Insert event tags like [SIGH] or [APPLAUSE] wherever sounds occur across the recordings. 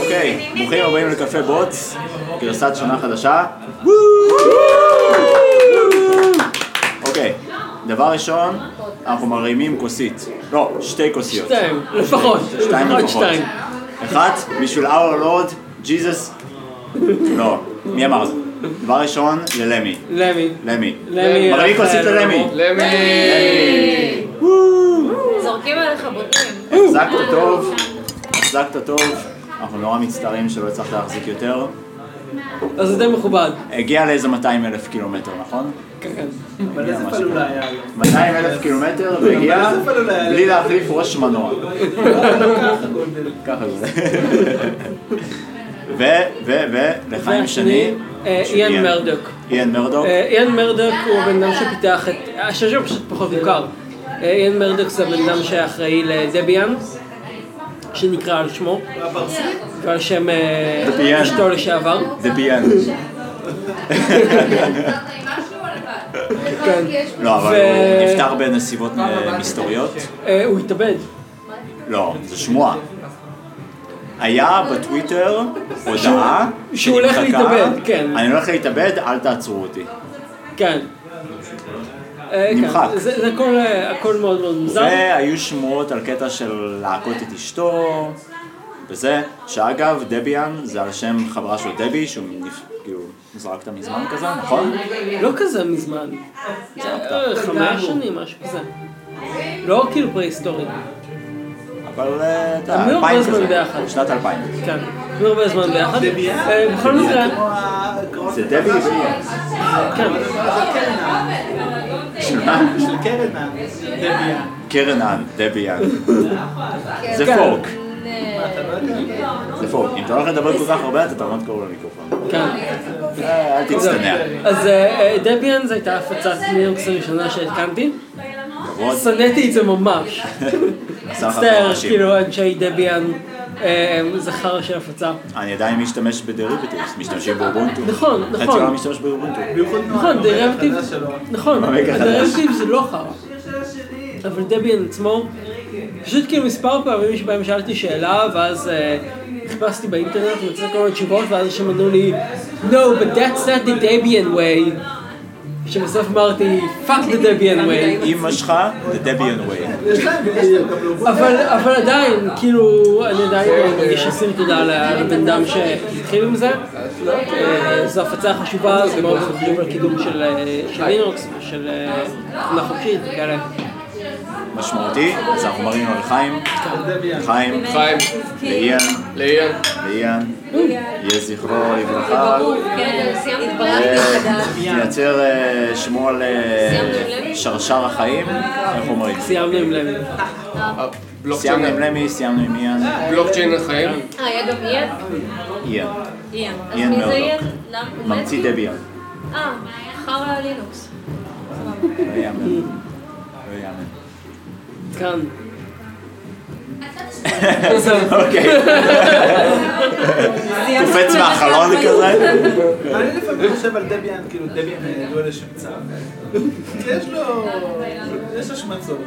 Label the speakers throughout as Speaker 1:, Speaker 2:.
Speaker 1: אוקיי, ברוכים הבאים לקפה בוץ, גרסת שנה חדשה. אוקיי, דבר ראשון, אנחנו מרימים כוסית. לא, שתי כוסיות.
Speaker 2: שתיים, לפחות.
Speaker 1: שתיים
Speaker 2: עוד
Speaker 1: לפחות.
Speaker 2: שתיים.
Speaker 1: אחת, בשביל our lord, Jesus. לא, מי אמר זה? דבר ראשון, ללמי.
Speaker 2: למי.
Speaker 1: למי.
Speaker 2: למי.
Speaker 1: מרימים כוסית
Speaker 2: רפאל,
Speaker 1: ללמי.
Speaker 3: למי!
Speaker 2: אה,
Speaker 4: זורקים עליך בוטים.
Speaker 1: החזקת טוב, החזקת טוב. אנחנו נורא מצטערים שלא הצלחת להחזיק יותר.
Speaker 2: אז זה די מכובד.
Speaker 1: הגיע לאיזה 200 אלף קילומטר, נכון?
Speaker 2: כן, כן.
Speaker 5: אבל איזה פעלולה היה היום?
Speaker 1: 200 אלף קילומטר והגיע
Speaker 5: אבל זה פלולה היה.
Speaker 1: בלי להחליף ראש מנוע.
Speaker 5: ככה גולדן.
Speaker 1: ככה זה. ו, ו, ו, לחיים שני. אוקיי.
Speaker 2: אה,
Speaker 1: של
Speaker 2: איין מרדוק.
Speaker 1: איין מרדוק.
Speaker 2: אה, איין מרדוק הוא הבן אדם שפיתח את... השם שלו פשוט פחות מוכר. אה, איין מרדוק זה הבן אדם שאחראי לדביאן, שנקרא על שמו,
Speaker 5: הברסים?
Speaker 2: ועל שם אה,
Speaker 1: דביאן.
Speaker 2: אשתו לשעבר.
Speaker 1: זה ביאן.
Speaker 2: כן.
Speaker 1: לא, אבל
Speaker 2: ו-
Speaker 1: הוא נפטר בנסיבות אה, מסתוריות.
Speaker 2: אה, הוא התאבד.
Speaker 1: לא, זו שמועה. היה בטוויטר הודעה
Speaker 2: שהוא הולך
Speaker 1: שנמחקה,
Speaker 2: להתאבד, כן.
Speaker 1: אני הולך להתאבד, אל תעצרו אותי.
Speaker 2: כן. אה, כן.
Speaker 1: נמחק.
Speaker 2: זה זה הכל, אה, הכל מאוד מאוד מוזר.
Speaker 1: והיו שמועות על קטע של להכות את אשתו, וזה, שאגב, דביאן זה על שם חברה של דבי, שהוא נפ... כאילו זרקת מזמן כזה, נכון?
Speaker 2: לא כזה מזמן. אה, חמש שנים, משהו כזה. לא כאילו פרה-היסטורי.
Speaker 1: אבל אה, אתה
Speaker 2: הם
Speaker 1: יודע,
Speaker 2: היו הרבה
Speaker 1: אלפיים
Speaker 2: זמן
Speaker 1: כזה,
Speaker 2: ביחד.
Speaker 1: שנת אלפיים.
Speaker 2: כן. היו הרבה זמן ביחד. אה, בכל
Speaker 5: כמו
Speaker 2: מקרה,
Speaker 5: ה- כמו
Speaker 1: זה דבי דביאן.
Speaker 2: כן.
Speaker 5: של קרן ה- דביאן.
Speaker 1: קרנן, דביאן. זה
Speaker 2: כן.
Speaker 1: פורק, זה פורק. אם אתה הולך לדבר כל כך הרבה, אתה תעמוד קרוב למיקרופון.
Speaker 2: כן.
Speaker 1: אה, אל תצטנע.
Speaker 2: אז אה, אה, דביאן זו הייתה הפצת ניוקס הראשונה שהתקנתי.
Speaker 1: כבוד,
Speaker 2: שנאתי את זה ממש.
Speaker 4: כן,
Speaker 1: עשה לך
Speaker 2: מצטער,
Speaker 1: חודשים.
Speaker 2: כאילו אנשי דביאן אה, זה חרא של הפצה.
Speaker 1: אני עדיין משתמש בדריבטיבס, משתמשים באובונטו.
Speaker 2: נכון,
Speaker 1: חצי
Speaker 2: נכון.
Speaker 1: עולם משתמש באובונטו.
Speaker 5: בייחוד נועם,
Speaker 2: נכון,
Speaker 5: עובד
Speaker 2: דרבטיב,
Speaker 5: החדש שלו.
Speaker 2: נכון,
Speaker 1: במקרה החדש.
Speaker 2: דרבטיב זה לא חרא. אבל דביאן עצמו, פשוט כאילו מספר פעמים שבהם שאלתי שאלה, ואז אה, חיפשתי באינטרנט, מצאתי כל מיני תשובות, ואז הם ענו לי, No, but that's not the Debian way. שבסוף אמרתי, fuck the Debian way.
Speaker 1: אמא שלך זה דביאן ווי.
Speaker 5: יש להם, יש להם גם לובוט.
Speaker 2: אבל, אבל עדיין, כאילו, אני עדיין מרגיש אסיר תודה ל- לבן אדם שהתחיל עם זה. אה, זו הפצה חשובה, זה מאוד מאוד חשוב לקידום של אה, של לינוקס ושל אה, תוכנה חופשית וכאלה.
Speaker 1: משמעותי, אז אנחנו מרינו לחיים,
Speaker 5: דביאן.
Speaker 1: חיים,
Speaker 3: חיים,
Speaker 1: לאיין,
Speaker 3: לאיין.
Speaker 1: לאיין, יהיה זכרו לברכה, נייצר אה, שמו על אה,
Speaker 4: סיימנו עם
Speaker 1: שרשר החיים, איך אומרים?
Speaker 2: סיימנו עם לוי.
Speaker 1: סיימנו עם
Speaker 3: בלוקצ'יין.
Speaker 1: למי, סיימנו עם איין,
Speaker 3: בלוקצ'יין החיים.
Speaker 4: אה, היה גם איין?
Speaker 1: איין,
Speaker 4: איין. אז
Speaker 1: איין
Speaker 4: מי זה
Speaker 1: מרדוק.
Speaker 4: איין? למה? הוא מת?
Speaker 1: ממציא לא דביאן.
Speaker 4: אה, חרא לינוקס.
Speaker 1: לא יאמן. לא יאמן.
Speaker 2: כאן.
Speaker 1: [LAUGHS] אוקיי, קופץ מהחלון כזה,
Speaker 5: אני לפעמים חושב על דביאן, כאילו דביאן ידוע לשמצה. יש לו... יש השמצות.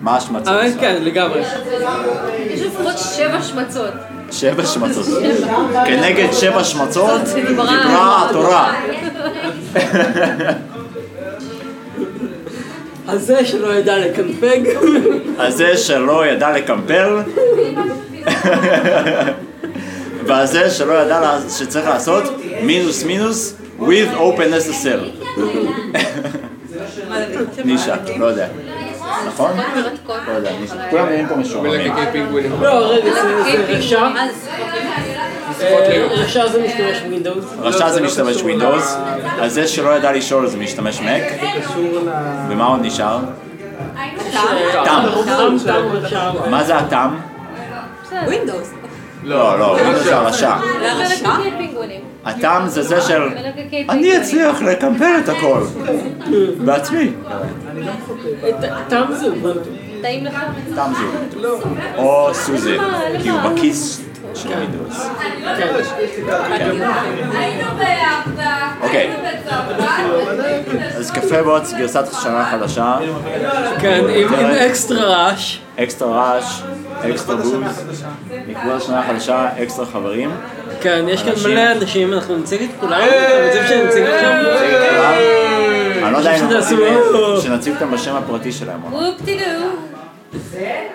Speaker 1: מה השמצות?
Speaker 2: אבל כן, לגמרי.
Speaker 4: יש לפחות שבע שמצות.
Speaker 1: שבע שמצות. כנגד שבע שמצות דיברה [LAUGHS] התורה.
Speaker 2: הזה שלא ידע לקנפג, [LAUGHS]
Speaker 1: הזה שלא ידע לקמפל, והזה שלא ידע לה- שצריך לעשות מינוס מינוס with open SSL. נישה, לא יודע. נכון?
Speaker 4: מרתקות.
Speaker 1: לא יודע, נישה. כולם נראים פה משועממים.
Speaker 3: מלקקי פינגווינים.
Speaker 2: לא, רגע, זה זה רשע.
Speaker 4: אז אוקיי.
Speaker 2: אה, רשע זה משתמש בווינדאוס.
Speaker 1: רשע זה משתמש ווינדוס, הזה שלא ידע לשאול זה משתמש מק,
Speaker 5: קשור ל...
Speaker 1: ומה עוד נשאר?
Speaker 2: אה,
Speaker 1: תם.
Speaker 2: תם, תם, רשע.
Speaker 1: מה זה התם?
Speaker 6: ווינדוס.
Speaker 1: לא, לא, זה הרשע.
Speaker 6: זה הרשע?
Speaker 4: מלקקי פינגווינים.
Speaker 1: התם זה זה של
Speaker 4: מלקקי
Speaker 1: אני
Speaker 4: פינגווינים.
Speaker 1: אצליח לקמפל את הכל. בעצמי.
Speaker 2: תם זה אובונטו.
Speaker 4: טעים לך?
Speaker 1: תם זה או סוזי, כי הוא בכיס של וינדוס.
Speaker 2: כן.
Speaker 1: אוקיי. אז קפה בוץ, גרסת שנה חדשה,
Speaker 2: כן, עם עם אקסטרה רעש.
Speaker 1: אקסטרה רעש, אקסטרה
Speaker 5: השנה
Speaker 1: בוז,
Speaker 5: החדשה.
Speaker 1: נקבוד השנה החדשה, אקסטרה חברים.
Speaker 2: כן, יש כאן
Speaker 1: אנשים.
Speaker 2: מלא אנשים, אה, אנחנו נציג את כולם, אתם רוצים שנציג אותם?
Speaker 1: נציג אותם. אני לא יודע אם הם
Speaker 2: שזה
Speaker 1: רוצים
Speaker 2: עשו-
Speaker 1: שנציג אותם בשם הפרטי שלהם, או לא.
Speaker 4: וופ טי דו.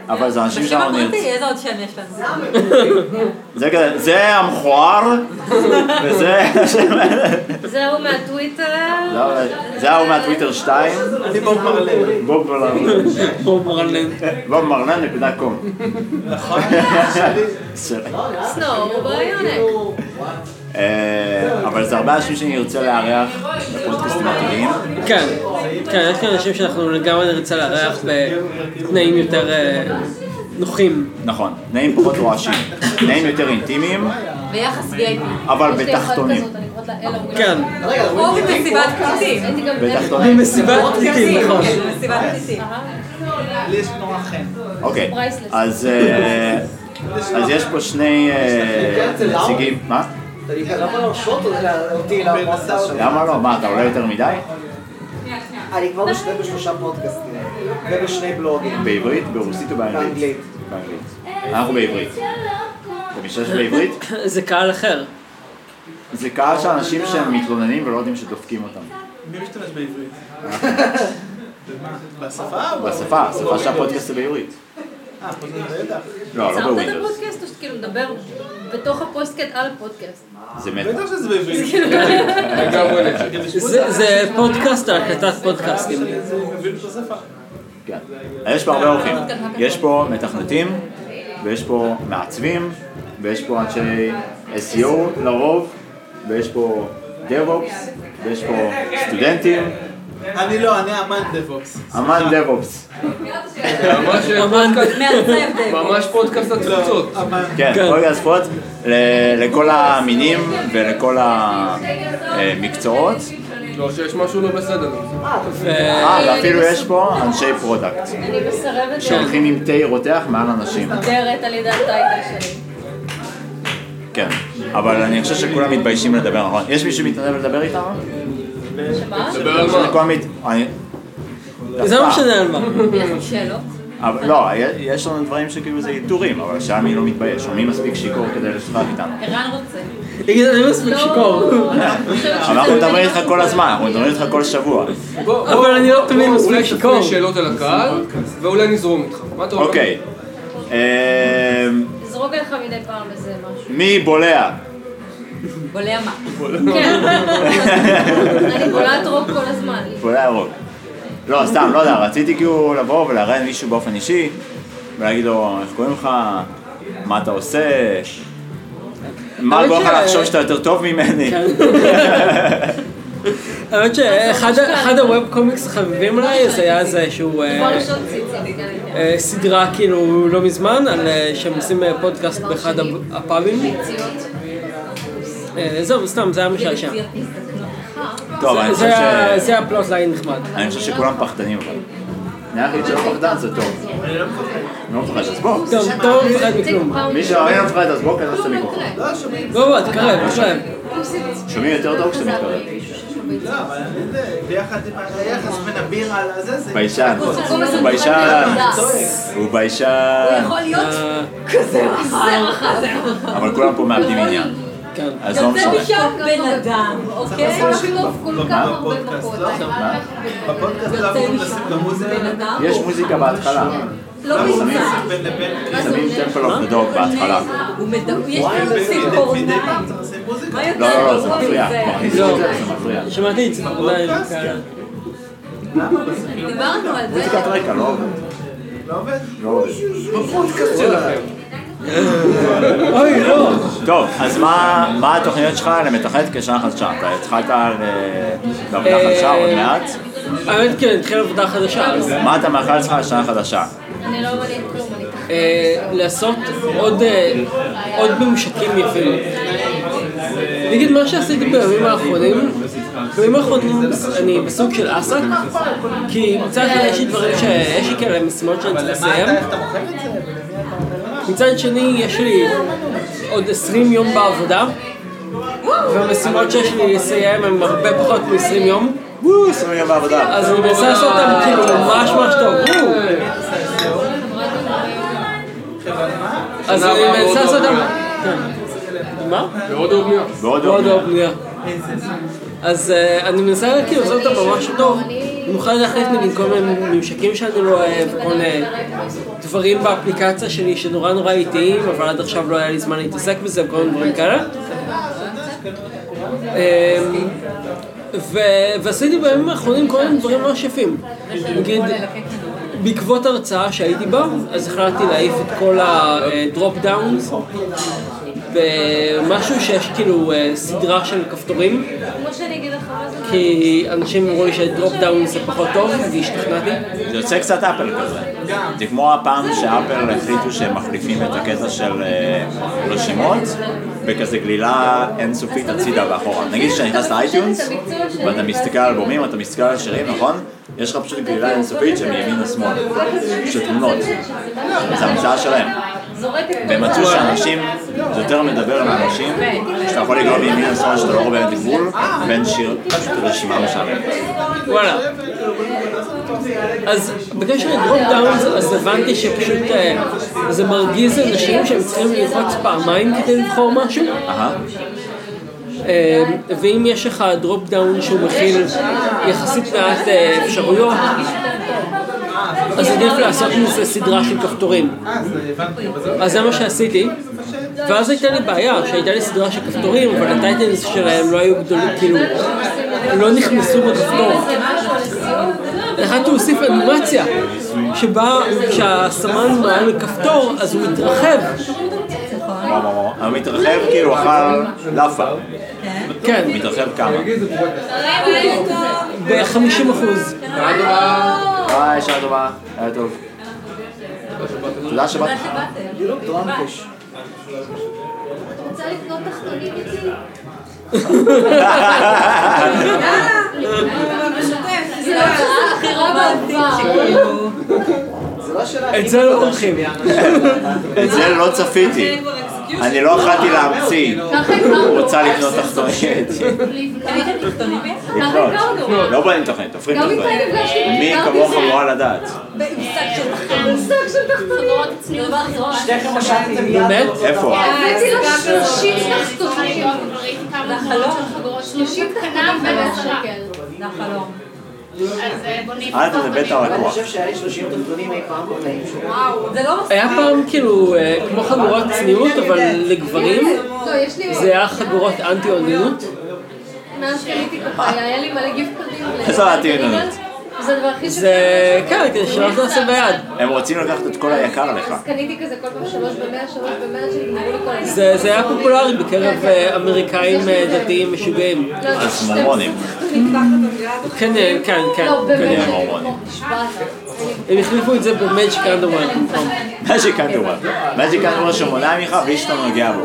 Speaker 1: אבל זה אנשים
Speaker 6: בשם
Speaker 1: שאנחנו
Speaker 6: הפרטי,
Speaker 1: נרצה.
Speaker 6: איזה עוד שם יש לנו?
Speaker 1: זה כזה, זה המכוער, וזה...
Speaker 4: זה ההוא מהטוויטר.
Speaker 1: זה ההוא מהטוויטר 2,
Speaker 5: אני בוב מרלן.
Speaker 1: בוב מרלן,
Speaker 2: בוב מרלן.
Speaker 1: בוב מרלן נקודה קום. [LAUGHS]
Speaker 5: נכון?
Speaker 1: בסדר.
Speaker 4: סנור ביונק.
Speaker 1: אה, אבל זה הרבה אנשים שאני ארצה לארח בפודקאסטים עתידיים.
Speaker 2: כן, כן, יש כאן אנשים שאנחנו לגמרי נרצה לארח בתנאים יותר אה, נוחים.
Speaker 1: נכון, תנאים פחות רועשים, תנאים יותר אינטימיים,
Speaker 6: ביחס VIP.
Speaker 1: אבל
Speaker 4: יש לי אחת
Speaker 1: בתחתונים.
Speaker 4: כזאת, אני קוראת לה אלה ווילר.
Speaker 2: כן,
Speaker 6: או במסיבת פליטים.
Speaker 4: הייתי גם
Speaker 1: בתחתונים.
Speaker 2: מסיבת פליטים, נכון.
Speaker 6: כן, במסיבת
Speaker 4: אה,
Speaker 6: פליטים.
Speaker 5: לי יש נורא חן.
Speaker 1: אוקיי,
Speaker 4: Priceless.
Speaker 1: אז אה, אז יש פה שני אה, נציגים, מה?
Speaker 7: למה לא להרשות אותי לעמוד שם?
Speaker 1: למה לא? מה, אתה עולה יותר מדי?
Speaker 7: אני כבר משנה בשלושה פודקאסטים ובשני בלוגים.
Speaker 1: בעברית, ברוסית או באנגלית?
Speaker 7: באנגלית.
Speaker 1: באנגלית. אנחנו בעברית. למי שיש בעברית,
Speaker 2: [COUGHS] זה קהל אחר.
Speaker 1: זה קהל של אנשים שהם מתלוננים ולא יודעים שדופקים אותם.
Speaker 5: מי משתמש בעברית? [LAUGHS] במה? בשפה? או-
Speaker 1: בשפה, השפה
Speaker 5: או-
Speaker 1: של הפודקאסט זה בעברית.
Speaker 5: אה, פה זה בידע.
Speaker 1: לא, לא
Speaker 4: עצרת את
Speaker 1: בווינדוס.
Speaker 4: הפודקאסט או שכאילו מדבר בתוך הפודקאסט על הפודקאסט?
Speaker 1: זה מטא.
Speaker 5: בטח שזה בעברית.
Speaker 1: לא,
Speaker 3: לגמרי נשק.
Speaker 2: זה- זה פודקאסט על הקלטת
Speaker 1: [COUGHS]
Speaker 2: פודקאסטים.
Speaker 5: זה מבין את השפה.
Speaker 1: כן. אז יש פה הרבה אורחים. יש פה מתכנתים, ויש פה מעצבים, ויש פה אנשי SEO לרוב, ויש פה DevOps, ויש פה סטודנטים,
Speaker 5: אני לא, אני אמן דבוקס.
Speaker 1: אמן DevOps.
Speaker 3: ממש אה,
Speaker 2: אמן.
Speaker 3: פודקאסט-
Speaker 6: מעצב דבו.
Speaker 3: ממש פודקאסט התפוצות.
Speaker 5: לא, אמן.
Speaker 1: כן,
Speaker 2: כן.
Speaker 1: כל הזכויות ל- לכל המינים ולכל
Speaker 4: אה,
Speaker 1: המקצועות.
Speaker 3: לא שיש משהו לא בסדר.
Speaker 1: אה, ואפילו יש פה אנשי פרודקט,
Speaker 4: אני מסרבת
Speaker 1: שהולכים עם תה רותח מעל אנשים.
Speaker 4: לדרת על ידי הטייטל שלי.
Speaker 1: כן, אבל אני חושב שכולם מתביישים לדבר, נכון? יש מישהו שמתנדב לדבר איתם?
Speaker 4: שמה?
Speaker 3: דבר על מה?
Speaker 1: כולם מת... אני- אה,
Speaker 2: זה לא משנה על מה.
Speaker 4: יש לי שאלות?
Speaker 1: אבל לא, יש לנו דברים שכאילו זה אלתורים, אבל שם היא לא מתבייש, או מי מספיק שיכור כדי לשחק איתנו.
Speaker 4: ערן רוצה. לא.
Speaker 2: תגיד, אני מספיק שיכור.
Speaker 1: אבל אנחנו
Speaker 2: לא
Speaker 1: מדברים איתך כל הזמן, אנחנו מדברים איתך כל שבוע.
Speaker 2: אבל אני לא תמיד מספיק
Speaker 3: אולי
Speaker 2: שיכור.
Speaker 3: תפנה שאלות על הקהל, ואולי נזרום איתך. מה אתה אומר?
Speaker 1: אוקיי, אמ,
Speaker 4: זרוק עליך מדי פעם איזה משהו.
Speaker 1: מי בולע? [LAUGHS]
Speaker 6: בולע מה?
Speaker 4: כן. אני בולעת רוק כל הזמן.
Speaker 1: בולע ירוק. לא, סתם, לא יודע, רציתי כאילו לבוא ולראיין מישהו באופן אישי, ולהגיד לו, איך קוראים לך? מה אתה עושה? מה
Speaker 2: האמת
Speaker 1: גורם לך
Speaker 2: ש-
Speaker 1: לחשוב שאתה יותר טוב ממני?
Speaker 2: כן. האמת
Speaker 1: [COUGHS]
Speaker 2: שאחד ה- אחד הווב קומיקס החביבים עליי זה היה איזה שהוא אה,
Speaker 4: יכול לשאול ציצי. גם איתי.
Speaker 2: אה, סדרה כאילו לא מזמן, על אה, שהם עושים אה, פודקאסט באחד הפ- הפאבים.
Speaker 4: ציציות.
Speaker 2: אה, זהו, סתם, זה היה משעשע.
Speaker 1: [LAUGHS] טוב, אני
Speaker 2: זה-
Speaker 1: חושב
Speaker 2: זה ה-
Speaker 1: ש...
Speaker 2: זה הפלוט ליין נחמד.
Speaker 1: אני חושב שכולם פחדנים, אבל... נראה לי שלא פחדן זה טוב. אני לא מפחד, אז בוא.
Speaker 2: טוב, טוב, לא מפחד מכלום.
Speaker 1: מי שאוהב אותך אז בוא כנס את המיקרופון.
Speaker 5: לא, שומעים.
Speaker 2: בוא, בוא, תקרב, תקרב.
Speaker 1: שומעים יותר טוב כשאתה מתקרב.
Speaker 5: לא, אבל אני זה, ביחד עם היחס בין הבירה לזה, זה...
Speaker 1: ביישן. הוא
Speaker 4: ביישן.
Speaker 1: ביישן. הוא ביישן.
Speaker 6: יכול להיות
Speaker 2: אה,
Speaker 1: אבל כולם פה מאבדים עניין.
Speaker 2: כן.
Speaker 1: אז לא
Speaker 6: זה
Speaker 1: משנה.
Speaker 6: משם בן אדם,
Speaker 1: כן,
Speaker 6: אוקיי?
Speaker 4: כל כך הרבה מכות.
Speaker 5: לא? בפודקאסט לא
Speaker 6: יוצא
Speaker 5: אמורים
Speaker 6: משם
Speaker 5: לשים גם מוזיקה.
Speaker 6: בן אדם.
Speaker 1: יש מוזיקה בהתחלה.
Speaker 6: לא
Speaker 5: אנחנו שמים
Speaker 6: נמצא.
Speaker 5: בין לבין.
Speaker 1: שמים טמפל אוף דה
Speaker 6: לא,
Speaker 1: דוג בהתחלה.
Speaker 6: הוא מדבר, יש לו
Speaker 5: מדי
Speaker 6: ציפורניים.
Speaker 5: פעם צריך לשים מוזיקה.
Speaker 6: מה יותר
Speaker 1: לא, לא, לא, זה
Speaker 6: גרוע
Speaker 1: מפריע.
Speaker 6: מזה?
Speaker 1: מכניסים את זה, זה מפריע.
Speaker 2: שמעתי את זה. אולי, כן.
Speaker 6: דיברנו על זה.
Speaker 1: מוזיקת רקע, לא עובד.
Speaker 5: לא עובד?
Speaker 1: לא עובד.
Speaker 3: פודקאסט שלכם.
Speaker 2: אוי, לא.
Speaker 1: טוב, אז מה מה התוכניות שלך למתחת כשנה חדשה? אתה התחלת על... אה, בעבודה חדשה עוד מעט?
Speaker 2: האמת, כן, התחילה עבודה חדשה. אז,
Speaker 1: מה אתה מאחל לעצמך לשנה חדשה?
Speaker 4: אני לא מבינה כלום. אני ככה.
Speaker 2: אה, לעשות עוד אה, עוד ממשקים יפים. נגיד מה שעשיתי בימים האחרונים, בימים האחרונים אני בסוג של אסק, כי מצד אחד יש לי דברים ש... יש לי כאלה משימות שאני צריך לסיים,
Speaker 5: איך אתה מוכר את זה?
Speaker 2: מצד שני יש לי עוד 20 יום בעבודה, והמשימות שיש לי לסיים הן הרבה פחות מ-20 יום,
Speaker 1: וואו, עשרים יום בעבודה.
Speaker 2: אז אני מנסה לעשות אותם כאילו ממש ממש טוב. וואו.
Speaker 3: אה,
Speaker 2: אז אני מנסה לעשות אותם... כן. מה?
Speaker 3: בהודו ובנייה.
Speaker 1: ועוד
Speaker 2: מאוד
Speaker 1: עוד.
Speaker 2: אוהב בנייה. אז אה, אני מנסה כאילו לעשות אותה ממש טוב. במיוחד להחליט נגיד כל מיני ממשקים שאני לא אוהב, כל מיני דברים באפליקציה שלי שנורא נורא איטיים, אבל עד עכשיו לא היה לי זמן להתעסק בזה, כל מיני דברים כאלה. אה, ו- ועשיתי בימים האחרונים כל מיני דברים ממש יפים. נגיד, בעקבות הרצאה שהייתי בה, אז החלטתי להעיף את כל הדרופ דאונס במשהו שיש כאילו אה, סדרה של כפתורים,
Speaker 4: כמו שאני אגיד לך מה זה.
Speaker 2: כי אנשים אמרו לי שדרופ דאון זה פחות טוב, והשתכנעתי.
Speaker 1: זה יוצא קצת אפל כזה. זה כמו הפעם שאפל החליטו שהם מחליפים את הקטע של אה, רשימות בכזה גלילה אינסופית הצידה ואחורה. נגיד כשאתה נכנס לאייטיונס ואתה מסתכל על אלבומים, אתה מסתכל על שירים, נכון? יש לך פשוט גלילה אינסופית שמימין לשמאל, של תמונות. זה המצאה שלהם.
Speaker 4: זורקת
Speaker 1: והם
Speaker 4: כל
Speaker 1: מצאו
Speaker 4: פעם.
Speaker 1: שאנשים, זה יותר מדבר לאנשים, שאתה יכול לגרום מימין לשמאל שאתה לא רואה באמת גבול, בין שיר, פשוט רשימה משעממת.
Speaker 2: וואלה. אז בקשר לדרופ דאונס, אז הבנתי שפשוט אה, זה מרגיז אנשים שהם צריכים ללחוץ פעמיים כדי לבחור משהו.
Speaker 1: אהה.
Speaker 2: אה, ואם יש לך דרופ דאון שהוא מכיל יחסית מעט אה, אפשרויות, אז עדיף לעשות מזה סדרה של כפתורים. אז זה מה שעשיתי, ואז הייתה לי בעיה, שהייתה לי סדרה של כפתורים, אבל הטייטלס שלהם לא היו גדולים, כאילו, לא נכנסו בכפתור. החלטתי להוסיף אנימציה, שבה כשהסמן מעל לכפתור, אז הוא מתרחב.
Speaker 1: וואו, וואו, וואו. אבל מתרחב כאילו אכל לאפה,
Speaker 2: כן,
Speaker 1: מתרחב כמה. אה,
Speaker 2: ב-50 אחוז.
Speaker 1: ביי, שעה טובה, היה טוב. תודה
Speaker 6: אוקיי.
Speaker 1: שבאת.
Speaker 4: רוצה לקנות תחתונים איתי? זה ההצעה הכי רעה בעבר.
Speaker 2: את זה לא עורכים.
Speaker 1: את זה לא צפיתי. אני לא יכולתי להמציא.
Speaker 4: ככה הכרנו.
Speaker 1: רוצה לקנות תחתונית.
Speaker 4: ככה
Speaker 1: לקנות.
Speaker 4: הכרנו.
Speaker 1: לא בונים תוכנית, תופרים
Speaker 4: גם
Speaker 1: תוכנית.
Speaker 4: איתי נפגשתי,
Speaker 1: מי
Speaker 4: הכרתי
Speaker 1: כמוך לא
Speaker 4: זה.
Speaker 1: אמורה לדעת.
Speaker 4: המושג של תחתונים. זה דבר הכי רע.
Speaker 7: שניכם משלתם יד.
Speaker 2: באמת?
Speaker 1: איפה?
Speaker 4: הבאתי לו 30 תחתונים. 30 קטנה ולשקל.
Speaker 6: לחלום.
Speaker 1: אל תדבר על
Speaker 7: אני
Speaker 1: הלקוח.
Speaker 7: חושב שהיה לי 30 דרכונים אי פעם בחיים שלי.
Speaker 6: זה לא מספיק.
Speaker 2: היה פעם כאילו אה, כמו חגורת צניעות, אבל לגברים,
Speaker 4: לא, יש לי...
Speaker 2: זה היה חגורות אנטי-אוניות.
Speaker 4: מאז שקניתי כפיים, היה לי מלא גיפטרים.
Speaker 1: איזה עתידנות?
Speaker 4: זה הדבר הכי ש...
Speaker 2: זה כן, כדי שלא תעשה ביד.
Speaker 1: הם רוצים לקחת את כל היקר לך.
Speaker 4: אז קניתי כזה כל פעם שלוש במאה, שלוש במאה, שנגמרו לי כל הזמן.
Speaker 2: זה זה היה פופולרי בקרב אה, אמריקאים אה, דתיים משוגעים.
Speaker 4: לא, זה
Speaker 1: אז מורמונים.
Speaker 4: 12.
Speaker 2: כן, אה, כן, כן.
Speaker 4: לא, באמת.
Speaker 1: כנראה מורמונים.
Speaker 4: נשבעת.
Speaker 2: הם החליפו את זה במאג' קנדומן.
Speaker 1: מג'יק אנדרוואן. מג'יק אנדרוואן שמונע ממך ואיש שאתה נוגע בו.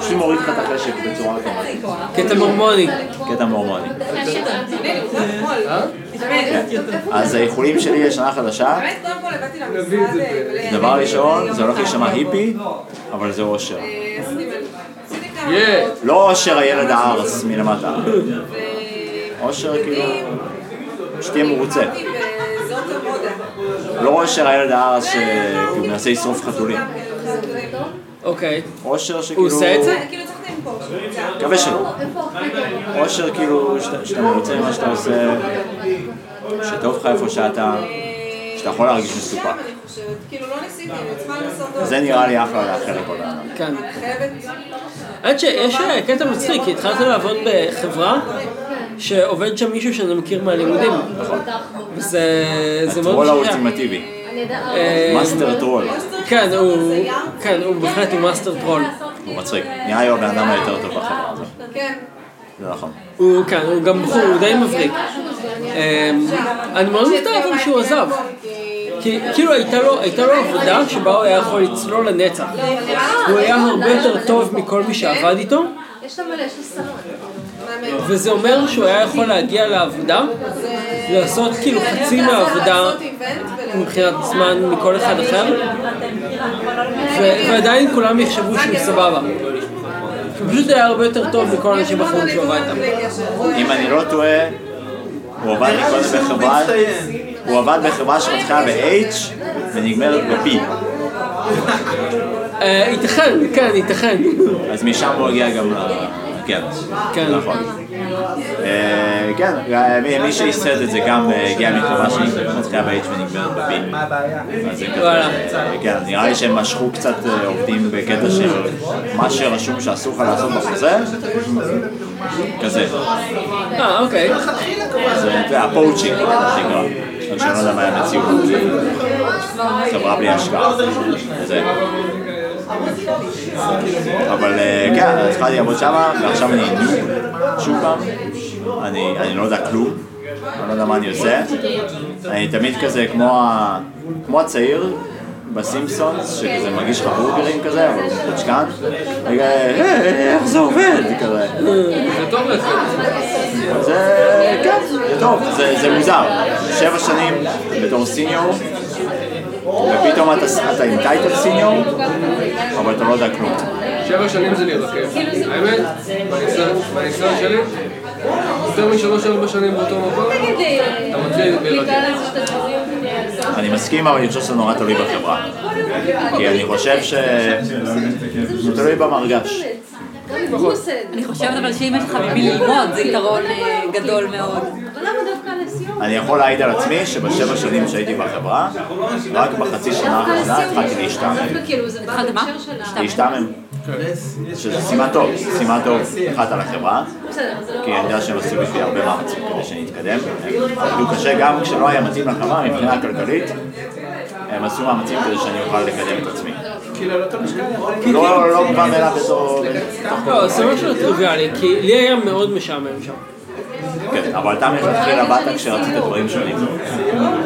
Speaker 1: פשוט מוריד לך את החשק בצורה כזאת.
Speaker 2: כי אתה מורמוני.
Speaker 1: קטע מורמוני. כן? אז האיחולים שלי לשנה חדשה, דבר ראשון, זה הולך להישמע היפי, אבל זה אושר.
Speaker 3: יא!
Speaker 1: לא אושר הילד הארס מלמטה. אושר כאילו, שתהיה מרוצה. לא אושר הילד הארס שכאילו מנסה לשרוף חתולים.
Speaker 2: אוקיי.
Speaker 1: אושר שכאילו...
Speaker 2: הוא עושה את זה?
Speaker 1: מקווה שלא. אושר כאילו, שאתה שאתה מרוצה ממה שאתה עושה, שטוב לך איפה שאתה, שאתה יכול להרגיש מסופק. זה נראה לי אחלה לאחל לכל העולם.
Speaker 2: כן. עד שיש אה, קטע מצחיק, כי התחלתי לעבוד בחברה שעובד שם מישהו שאני מכיר מהלימודים. וזה כן, זה מאוד אה,
Speaker 1: הטרול
Speaker 2: משגע.
Speaker 1: האולטימטיבי. מאסטר טרול.
Speaker 2: כן, הוא, כן, הוא בהחלט הוא מאסטר טרול.
Speaker 1: הוא מצחיק. נראה לי הבן אדם היותר טוב בחברה הזאת. זה נכון.
Speaker 2: הוא, כן, הוא גם בחור, הוא די מבריק. אמ, אני מאוד מופתע אבל שהוא עזב. כי כאילו הייתה לו, הייתה לו עבודה שבה הוא היה יכול לצלול לנצח. הוא היה הרבה יותר טוב מכל מי שעבד איתו,
Speaker 4: יש לה מלא, יש לה סלון.
Speaker 2: וזה אומר שהוא היה יכול להגיע לעבודה, לעשות כאילו חצי מהעבודה מבחינת זמן מכל אחד אחר, ו- ועדיין כולם יחשבו שהוא סבבה. שהוא פשוט היה הרבה יותר טוב מכל האנשים האחרים שהוא עבד איתם.
Speaker 1: אם אני לא טועה, הוא עבד קודם בחברה, הוא עבד בחברה שמתחילה ב-H ונגמרת ב-P.
Speaker 2: אה, ייתכן, כן, ייתכן.
Speaker 1: אז משם הוא הגיע גם ל... כן,
Speaker 2: כן.
Speaker 1: נכון. אה, כן, אה, מי- מי שייסד את זה גם אה, הגיע מתלמה שנתחילה ב-H ונגמרת ב-B.
Speaker 5: מה הבעיה?
Speaker 1: אז זה כזה,
Speaker 2: וואלה.
Speaker 1: כן, נראה לי שהם משכו קצת אה, עובדים בקטע של מה שרשום שאסור לך לעשות בחוזה, כזה.
Speaker 2: אה, אוקיי.
Speaker 1: זה אתה יודע, הפואוצ'ינג, מה שנקרא. רק שאני לא יודע מה היה המציאות. חברה בלי השקעה. זה. אבל אה, כן, אז התחלתי לעבוד שמה, ועכשיו אני ניו, שוב פעם. אני אני לא יודע כלום, אני לא יודע מה אני עושה. אני תמיד כזה כמו ה- כמו הצעיר. בסימפסונס, שכזה מרגיש לך בורגרים כזה, אבל הוא חודשקן, רגע, "אה, איך זה עובד? כזה.
Speaker 3: זה טוב לזה.
Speaker 1: זה, כן, זה טוב, זה, זה מוזר. שבע שנים בתור סיניור, ופתאום אתה, אתה עם טייטל סיניור, אבל אתה לא יודע כלום.
Speaker 3: שבע שנים זה להירקב.
Speaker 4: כאילו
Speaker 3: האמת, בניסיון- בניסיון שלי, יותר משלוש-ארבע שנים באותו מקום,
Speaker 4: תגיד לי, אה,
Speaker 3: אתה מתחיל
Speaker 4: בגלל
Speaker 3: להירקב.
Speaker 4: איזה שאתה דברים, אה, זה-
Speaker 1: אני מסכים, אבל אני חושב שזה נורא תלוי בחברה. כי אני חושב ש... זה תלוי במרגש.
Speaker 4: הוא עושה את זה.
Speaker 6: אני חושבת אבל שאם יש לך ממי ללמוד, זה יתרון אה, גדול מאוד.
Speaker 4: אבל למה דווקא לסיום?
Speaker 1: אני יכול להעיד על עצמי שבשבע שנים שהייתי בחברה, רק בחצי שנה
Speaker 4: דווקא
Speaker 1: האחרונה
Speaker 4: לסיום.
Speaker 1: התחלתי להשתעמם.
Speaker 4: דווקא כאילו זה בא
Speaker 6: התחלת מה?
Speaker 4: בהקשר של ה-
Speaker 6: השתעמם.
Speaker 1: להשתעמם, שזה סימן טוב, סימן טוב, אחת על החברה.
Speaker 4: בסדר, זה לא-
Speaker 1: כי אני יודע שהם עשו בשבילי הרבה מאמצים כדי שאני אתקדם. הם עבדו קשה גם כשלא היה מתאים לחברה מבחינה כלכלית. הם עשו מאמצים כדי שאני אוכל לקדם את עצמי. לא לא מובן מאליו בתור... בתוך כל-
Speaker 2: לא, זה משהו טריוויאלי, כי לי היה מאוד משעמם שם.
Speaker 1: כן, אבל אתה מלכתחילה באת כשרצית דברים שונים.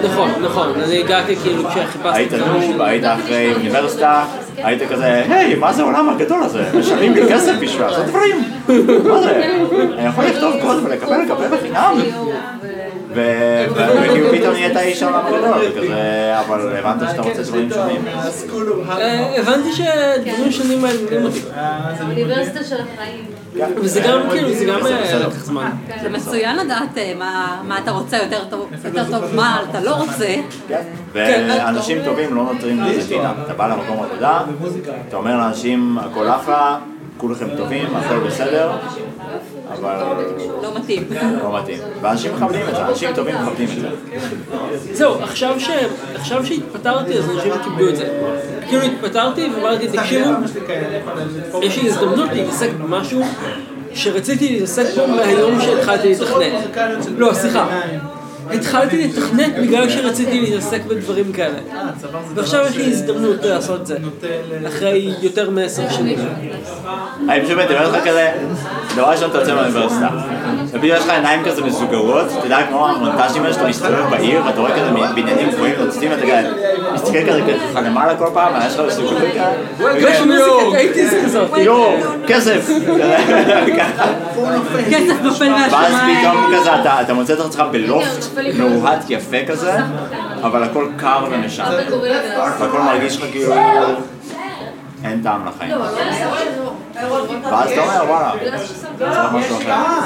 Speaker 2: נכון, נכון, אני הגעתי כאילו כשחיפשתי...
Speaker 1: היית נוב, היית אחרי אוניברסיטה, היית כזה, היי, מה זה העולם הגדול הזה? משלמים לי כסף בשביל לעשות דברים. מה זה? אני יכול לכתוב קוד ולקבל קפה בחינם? ו- וכאילו פתאום נהיית איש העולם הגדול, כזה, אבל הבנת שאתה רוצה דברים שונים.
Speaker 2: אה, הבנתי שדברים שונים מעניינים אותי.
Speaker 4: האוניברסיטה של החיים.
Speaker 2: וזה גם כאילו, זה גם אה,
Speaker 1: בסדר.
Speaker 2: לקח זמן.
Speaker 6: זה מצוין לדעת אה, מה מה אתה רוצה יותר טוב, יותר טוב מה אתה לא רוצה.
Speaker 1: כן. ואנשים טובים לא נותרים לזה טינה. אתה בא למקום עבודה, אתה אומר לאנשים, הכל אחלה, כולכם טובים, הכל בסדר, אבל
Speaker 6: לא מתאים.
Speaker 1: לא מתאים. ואנשים מכבדים את זה, אנשים טובים מכבדים את זה.
Speaker 2: זהו, עכשיו ש- עכשיו שהתפטרתי, אז אנשים קיבלו את זה. כאילו התפטרתי ואמרתי, תקשיבו, יש לי הזדמנות להתעסק במשהו שרציתי להתעסק בו מהיום שהתחלתי לתכנת. לא, סליחה. התחלתי לתכנת בגלל שרציתי להתעסק בדברים כאלה. ועכשיו יש לי הזדמנות לעשות את זה. אחרי יותר מעשר שנים. לא
Speaker 1: אני פשוט באמת אומר לך כזה, דבר ראשון אתה יוצא מהאוניברסיטה. ופתאום יש לך עיניים כזה מסוגרות, אתה יודע כמו המונטאז'ים האלה שאתה מסתובב בעיר ואתה רואה כזה בניינים גבוהים רצים ואתה כזה מסתכל כזה ככה למעלה כל פעם, והיש לך מסוגרות כזה.
Speaker 2: יש
Speaker 1: לא.
Speaker 2: מוזיקת אייטיז כזאת.
Speaker 1: יואו, כסף!
Speaker 6: כסף נופל
Speaker 1: ואז
Speaker 6: מהשמיים.
Speaker 1: פתאום כזה אתה- אתה מוצא את עצמך בלופט מאוהד יפה כזה, אבל הכל קר ומשם.
Speaker 4: אתה קורא לזה-
Speaker 1: והכל מרגיש לך כאילו אין טעם לחיים.
Speaker 4: לא, לא, לא, לא.
Speaker 1: ואז אתה אומר וואלה, צריך משהו אחר.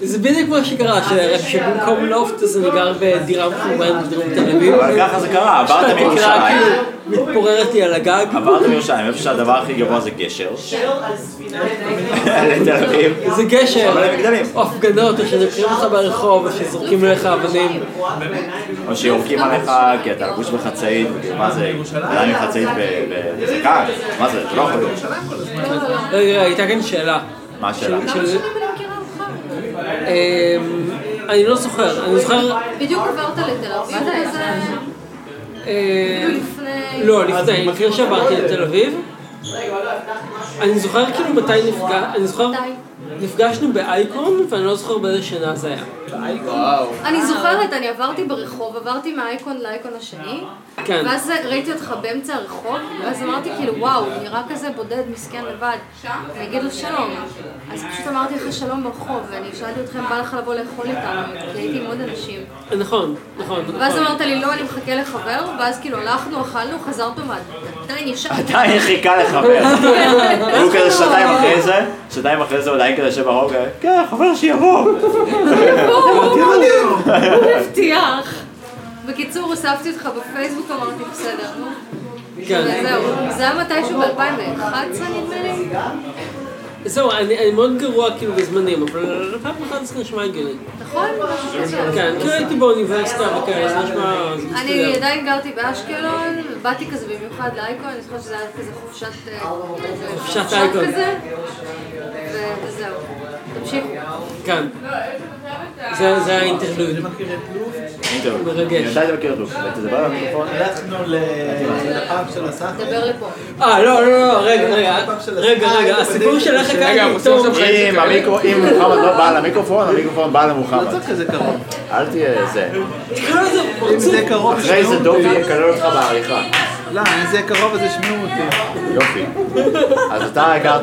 Speaker 2: זה בדיוק מה שקרה, ש- שבמקום לופט אז אני גר בדירה מחורבנת בדרום תל אביב.
Speaker 1: אבל ככה זה קרה, עברת
Speaker 2: התקרה
Speaker 1: מירושלים.
Speaker 2: כאילו מתפוררת לי על הגג.
Speaker 1: עברת מירושלים, איפה שהדבר הכי גבוה זה גשר. לתל אביב.
Speaker 2: זה גשר,
Speaker 1: אבל הם מגדלים.
Speaker 2: או הפגנות, או שזוכרים אותך ברחוב, או שזורקים עליך אבנים.
Speaker 1: או שיורקים עליך כי אתה לבוש בחצאית, וכאילו, מה זה, אדם עם חצאית בזקן, מה זה, זה לא יכול להיות.
Speaker 2: רגע, הייתה כאן שאלה.
Speaker 1: מה השאלה?
Speaker 2: של- אמ, אני לא זוכר, אני זוכר...
Speaker 4: בדיוק עברת לתל אביב, איזה...
Speaker 2: אמ,
Speaker 4: לפני...
Speaker 2: לא, לפני, לפני שעברתי לתל אביב. אני זוכר כאילו מתי נפגש... אני זוכר...
Speaker 4: מתי?
Speaker 2: נפגשנו באייקון, ואני לא זוכר באיזה שנה זה היה.
Speaker 3: וואו.
Speaker 4: אני זוכרת, אני עברתי ברחוב, עברתי מהאייקון לאייקון השני,
Speaker 2: כן.
Speaker 4: ואז ראיתי אותך באמצע הרחוב, ואז אמרתי כאילו, וואו, הוא נראה כזה בודד, מסכן לבד, אני אגיד לו שלום. אז פשוט אמרתי לך שלום ברחוב, ואני שאלתי אתכם, בא לך לבוא לאכול איתנו, כי הייתי עם עוד אנשים.
Speaker 2: נכון, נכון, נכון.
Speaker 4: ואז אמרת לי, לא, אני מחכה לחבר, ואז כאילו הלכנו, אכלנו, חזרת ועדיין ישן.
Speaker 1: עדיין חיכה לחבר. הוא כזה שנתיים אחרי זה, שנתיים אחרי זה הוא עדיין כזה יושב ברוב, כזה, כן, חבר שיבוא.
Speaker 4: מבטיח. בקיצור, הוספתי אותך בפייסבוק, אמרתי, בסדר, נו.
Speaker 2: כן.
Speaker 4: וזהו, זה היה מתישהו ב-2011 נדמה לי?
Speaker 2: זהו, אני אני מאוד גרוע כאילו בזמנים, אבל 2011 נשמע הגיוני.
Speaker 4: נכון? משהו כזה.
Speaker 2: כן, כאילו הייתי באוניברסיטה וכאלה, זה נשמע... זה
Speaker 4: אני
Speaker 2: מסתדר.
Speaker 4: עדיין גרתי באשקלון, באתי כזה במיוחד לאייקון, אני זוכרת שזה היה כזה חופשת... אה,
Speaker 2: חופשת אייקון.
Speaker 4: כזה, ו- וזהו. תמשיכו.
Speaker 2: כן. זה זה האינטרלוד.
Speaker 1: אינטרלוד.
Speaker 2: מרגש.
Speaker 1: מתי אתה מכיר אותו? תדבר על המיקרופון.
Speaker 5: הלכנו ל- לפאב של הסחר.
Speaker 4: דבר לפה.
Speaker 2: אה, לא, לא, לא, רגע, רגע, רגע, רגע, הסיפור של איך
Speaker 3: רגע,
Speaker 2: הכרתי
Speaker 3: אבל
Speaker 2: את
Speaker 3: עושים
Speaker 2: תום,
Speaker 3: עכשיו חיים
Speaker 1: אם
Speaker 3: שכאלה.
Speaker 1: המיקרו- אם מוחמד לא בא למיקרופון, המיקרופון בא למוחמד.
Speaker 5: לא צריך כזה קרוב.
Speaker 1: אל תהיה זה.
Speaker 2: תקראו לזה
Speaker 5: אם
Speaker 2: פרצוף.
Speaker 5: זה קרוב,
Speaker 1: אחרי זה דופי יקלל אותך בעריכה.
Speaker 5: לא, אם זה קרוב אז ישמעו אותי.
Speaker 1: יופי. אז אתה הכרת...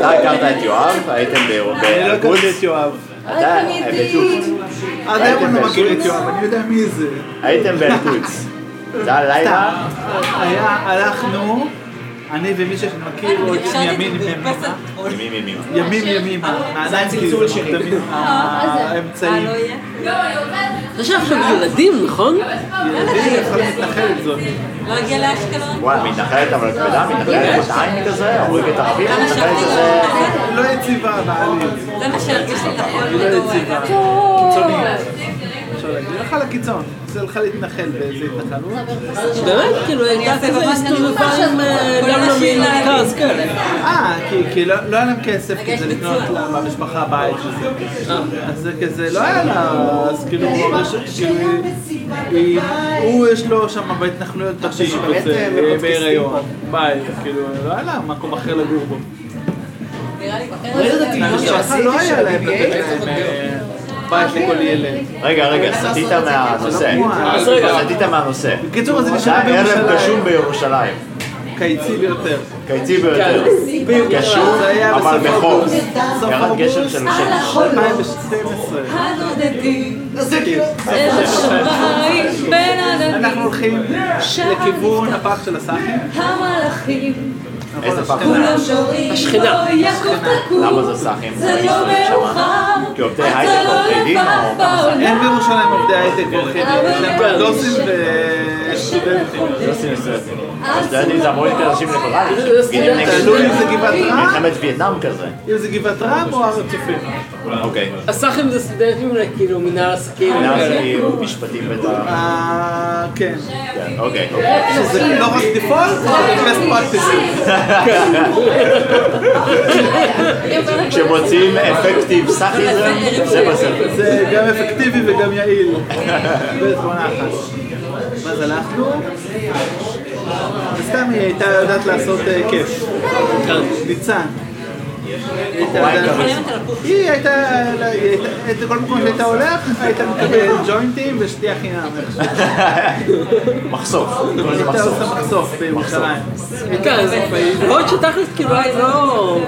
Speaker 1: אתה הכרת את יואב, הייתם ב-
Speaker 5: אני לא
Speaker 1: בארגון.
Speaker 5: הכרתי את יואב.
Speaker 1: אתה בטוט.
Speaker 5: עד היום אני לא מכיר את יואב, אני יודע מי זה.
Speaker 1: הייתם באלקוץ. זה היה לילה.
Speaker 5: היה, הלכנו, אני ומי שמכיר עוד אה? ימין ימימה.
Speaker 1: ימים ימים.
Speaker 5: ימים ימימה. העיניים כאילו, תמיד אה, האמצעים.
Speaker 2: זה שעכשיו ילדים, נכון?
Speaker 5: ילדים יכולים להתנחל את זאת.
Speaker 6: לא הגיע לאשקלון?
Speaker 5: אה.
Speaker 1: וואי, מתנחלת אבל כבדה, מתנחלת עין כזה, הורגת ערבים,
Speaker 5: אה.
Speaker 1: מתנחלת כזה...
Speaker 5: לא יציבה בעליל.
Speaker 6: זה מה שהרגיש לי נכון לדוריה.
Speaker 5: אפשר להגיד לך לקיצון. זה לך להתנחל באיזה התנחלות.
Speaker 2: באמת, כאילו, הייתה
Speaker 6: אעשה
Speaker 2: כזה
Speaker 6: ממש
Speaker 2: הסתובבה
Speaker 6: אני
Speaker 2: עם אה,
Speaker 6: כל
Speaker 2: למה
Speaker 6: השיניים.
Speaker 2: מרכז, כן.
Speaker 5: אה, כי- כי לא לא היה להם כסף כזה לקנות לה- למשפחה בית וזה. אז זה כזה, לא היה לה, אז כאילו, הוא ממש, כאילו, היא- היא- הוא יש לו שם בהתנחלויות תכשיש
Speaker 7: שבאמת,
Speaker 5: כזה,
Speaker 7: אה,
Speaker 5: אה,
Speaker 7: מפודקאסטים
Speaker 5: בהיריון, בית, כאילו, לא היה לה מקום אחר לגור בו.
Speaker 7: ראית
Speaker 6: אה,
Speaker 7: את הטיול
Speaker 5: המשפחה לא
Speaker 7: שעשיתי
Speaker 5: היה
Speaker 7: של
Speaker 5: להם לתת
Speaker 7: ה-BA?
Speaker 5: להם אה, בית לכל ילד.
Speaker 1: רגע, רגע,
Speaker 5: אה.
Speaker 1: סטית מהנושא. אה,
Speaker 5: אז
Speaker 3: רגע.
Speaker 1: סטית מהנושא.
Speaker 5: בקיצור, אז זה
Speaker 1: זה
Speaker 5: נשאר
Speaker 1: היה אה, ערב גשום
Speaker 5: בירושלים,
Speaker 1: בירושלים.
Speaker 5: קיצי ביותר.
Speaker 1: קיצי ביותר. גשום,
Speaker 5: כן. זה היה
Speaker 1: אבל
Speaker 5: בסוף
Speaker 1: בחום.
Speaker 5: אוגוסט. סוף
Speaker 1: ירד גשם של שמש.
Speaker 5: 2012.
Speaker 6: הנודדים,
Speaker 7: זה כאילו...
Speaker 6: אל השמיים, בין
Speaker 5: אנחנו
Speaker 6: עננים,
Speaker 5: הולכים לכיוון הפח של הסאחי.
Speaker 6: המלאכים,
Speaker 1: איזה פח
Speaker 5: אה.
Speaker 6: כולם שורים,
Speaker 2: השכנה.
Speaker 6: "בוא, יעקב תקום,
Speaker 1: למה זה סאחים?
Speaker 6: זה לא מאוחר,
Speaker 1: כי עובדי
Speaker 6: אתה
Speaker 1: הייטק
Speaker 6: לא
Speaker 1: עורכי דין,
Speaker 6: לבד
Speaker 1: או כמה
Speaker 6: בעולם."
Speaker 5: אין בירושלים עובדי הייטק ועורכי דין. לא עושים וסטודנטים.
Speaker 1: זה לא עושים סטודנטים.
Speaker 6: אה,
Speaker 1: הסטודנטים זה אמור להיות אנשים ליברליים, שמפגינים נגד
Speaker 5: תלוי אם זה
Speaker 6: אה,
Speaker 5: גבעת רם,
Speaker 1: מלחמת וייטנאם כזה.
Speaker 5: אם זה גבעת רם או הר הצופים.
Speaker 1: אוקיי.
Speaker 2: הסחים זה סטודנטים לכאילו מנהל עסקים.
Speaker 1: ואז
Speaker 6: אה,
Speaker 2: וכאלה.
Speaker 1: כאילו משפטים בטח.
Speaker 5: אה, כן.
Speaker 1: כן, אוקיי.
Speaker 6: אה,
Speaker 5: שזה לא רק דיפולט, זה best practices.
Speaker 6: אה.
Speaker 1: כשמוציאים אפקטיב
Speaker 6: אה,
Speaker 1: סאחיזם, זה בסדר.
Speaker 5: זה גם אפקטיבי וגם יעיל. בתמונה אחת. ואז הלכנו, וסתם היא הייתה יודעת לעשות אה, כיף. ניצן. היא הייתה יודעת- היא הייתה, היא הייתה- את כל מקום שהיית הולך, היית מקבל ג'וינטים ושתייה חינם.
Speaker 1: מחשוף. זה
Speaker 5: הייתה
Speaker 1: מחשוף.
Speaker 5: עושה מחשוף בירושלים.
Speaker 2: כן, זה- למרות שתכלס כאילו היה לא...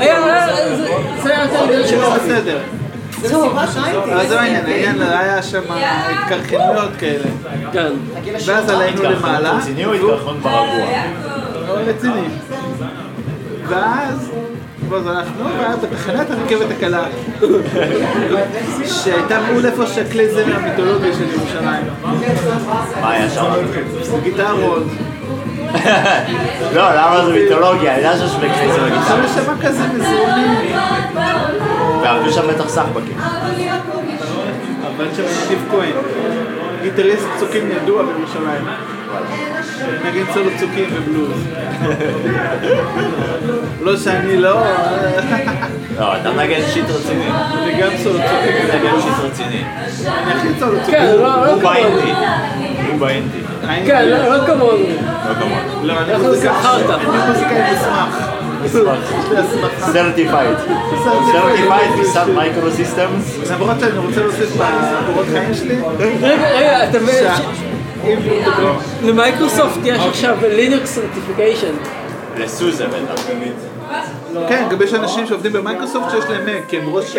Speaker 2: היה- היה- זה- זה היה יותר גדול שלו.
Speaker 5: לא בסדר. אז זה העניין, העניין היה שם התקרחנויות כאלה.
Speaker 2: כן.
Speaker 5: ואז עלינו למעלה,
Speaker 1: רציני או התקרחון ברגוע?
Speaker 6: אה,
Speaker 5: רציני. ואז, ואז הלכנו, לא, ואז בתחנת הרכבת הקלה, שהייתה מול איפה שהכלי זמר המיתולוגיה של ירושלים.
Speaker 6: אה.
Speaker 1: מה היה שם?
Speaker 5: גיטרות.
Speaker 1: לא, למה זה מיתולוגיה? אני יודע שיש בקריסה בגיטרה.
Speaker 5: שם יש שם כזה מזרונים,
Speaker 1: ועבדו שם בטח סחבקים.
Speaker 5: אבל שם נתיב כהן. גיטריסט צוקים ידוע בירושלים. נגיד סולו צוקים ובלוז. לא שאני לא...
Speaker 1: לא, אתה מנגן שיט רציני.
Speaker 5: אני גם סולו צוקים
Speaker 1: מנגן שיט רציני.
Speaker 5: אני הכי סולו
Speaker 2: כן,
Speaker 5: צוקים.
Speaker 2: לא לא
Speaker 1: הוא
Speaker 2: כמונו.
Speaker 1: באינטי. הוא באינטי.
Speaker 2: כן, לא לא כמונו.
Speaker 1: לא כמוהו.
Speaker 5: לא, אני
Speaker 2: אנחנו
Speaker 5: מוזיקאי.
Speaker 2: זכרת.
Speaker 5: אני מוזיקאי מוסמך. יש לי הסמכה.
Speaker 1: סרטיפייד. סרטיפייד מסאב מייקרו סיסטמס.
Speaker 5: למרות שאני רוצה להוסיף בקורות חיים שלי,
Speaker 2: רגע, רגע, אתה מבין? ש-
Speaker 5: שאם תגרום,
Speaker 2: למייקרוסופט יש עכשיו לינוקס סרטיפיקיישן.
Speaker 1: לסוזה בטח.
Speaker 5: כן, גם יש אנשים שעובדים במייקרוסופט שיש להם מק, כי הם ראש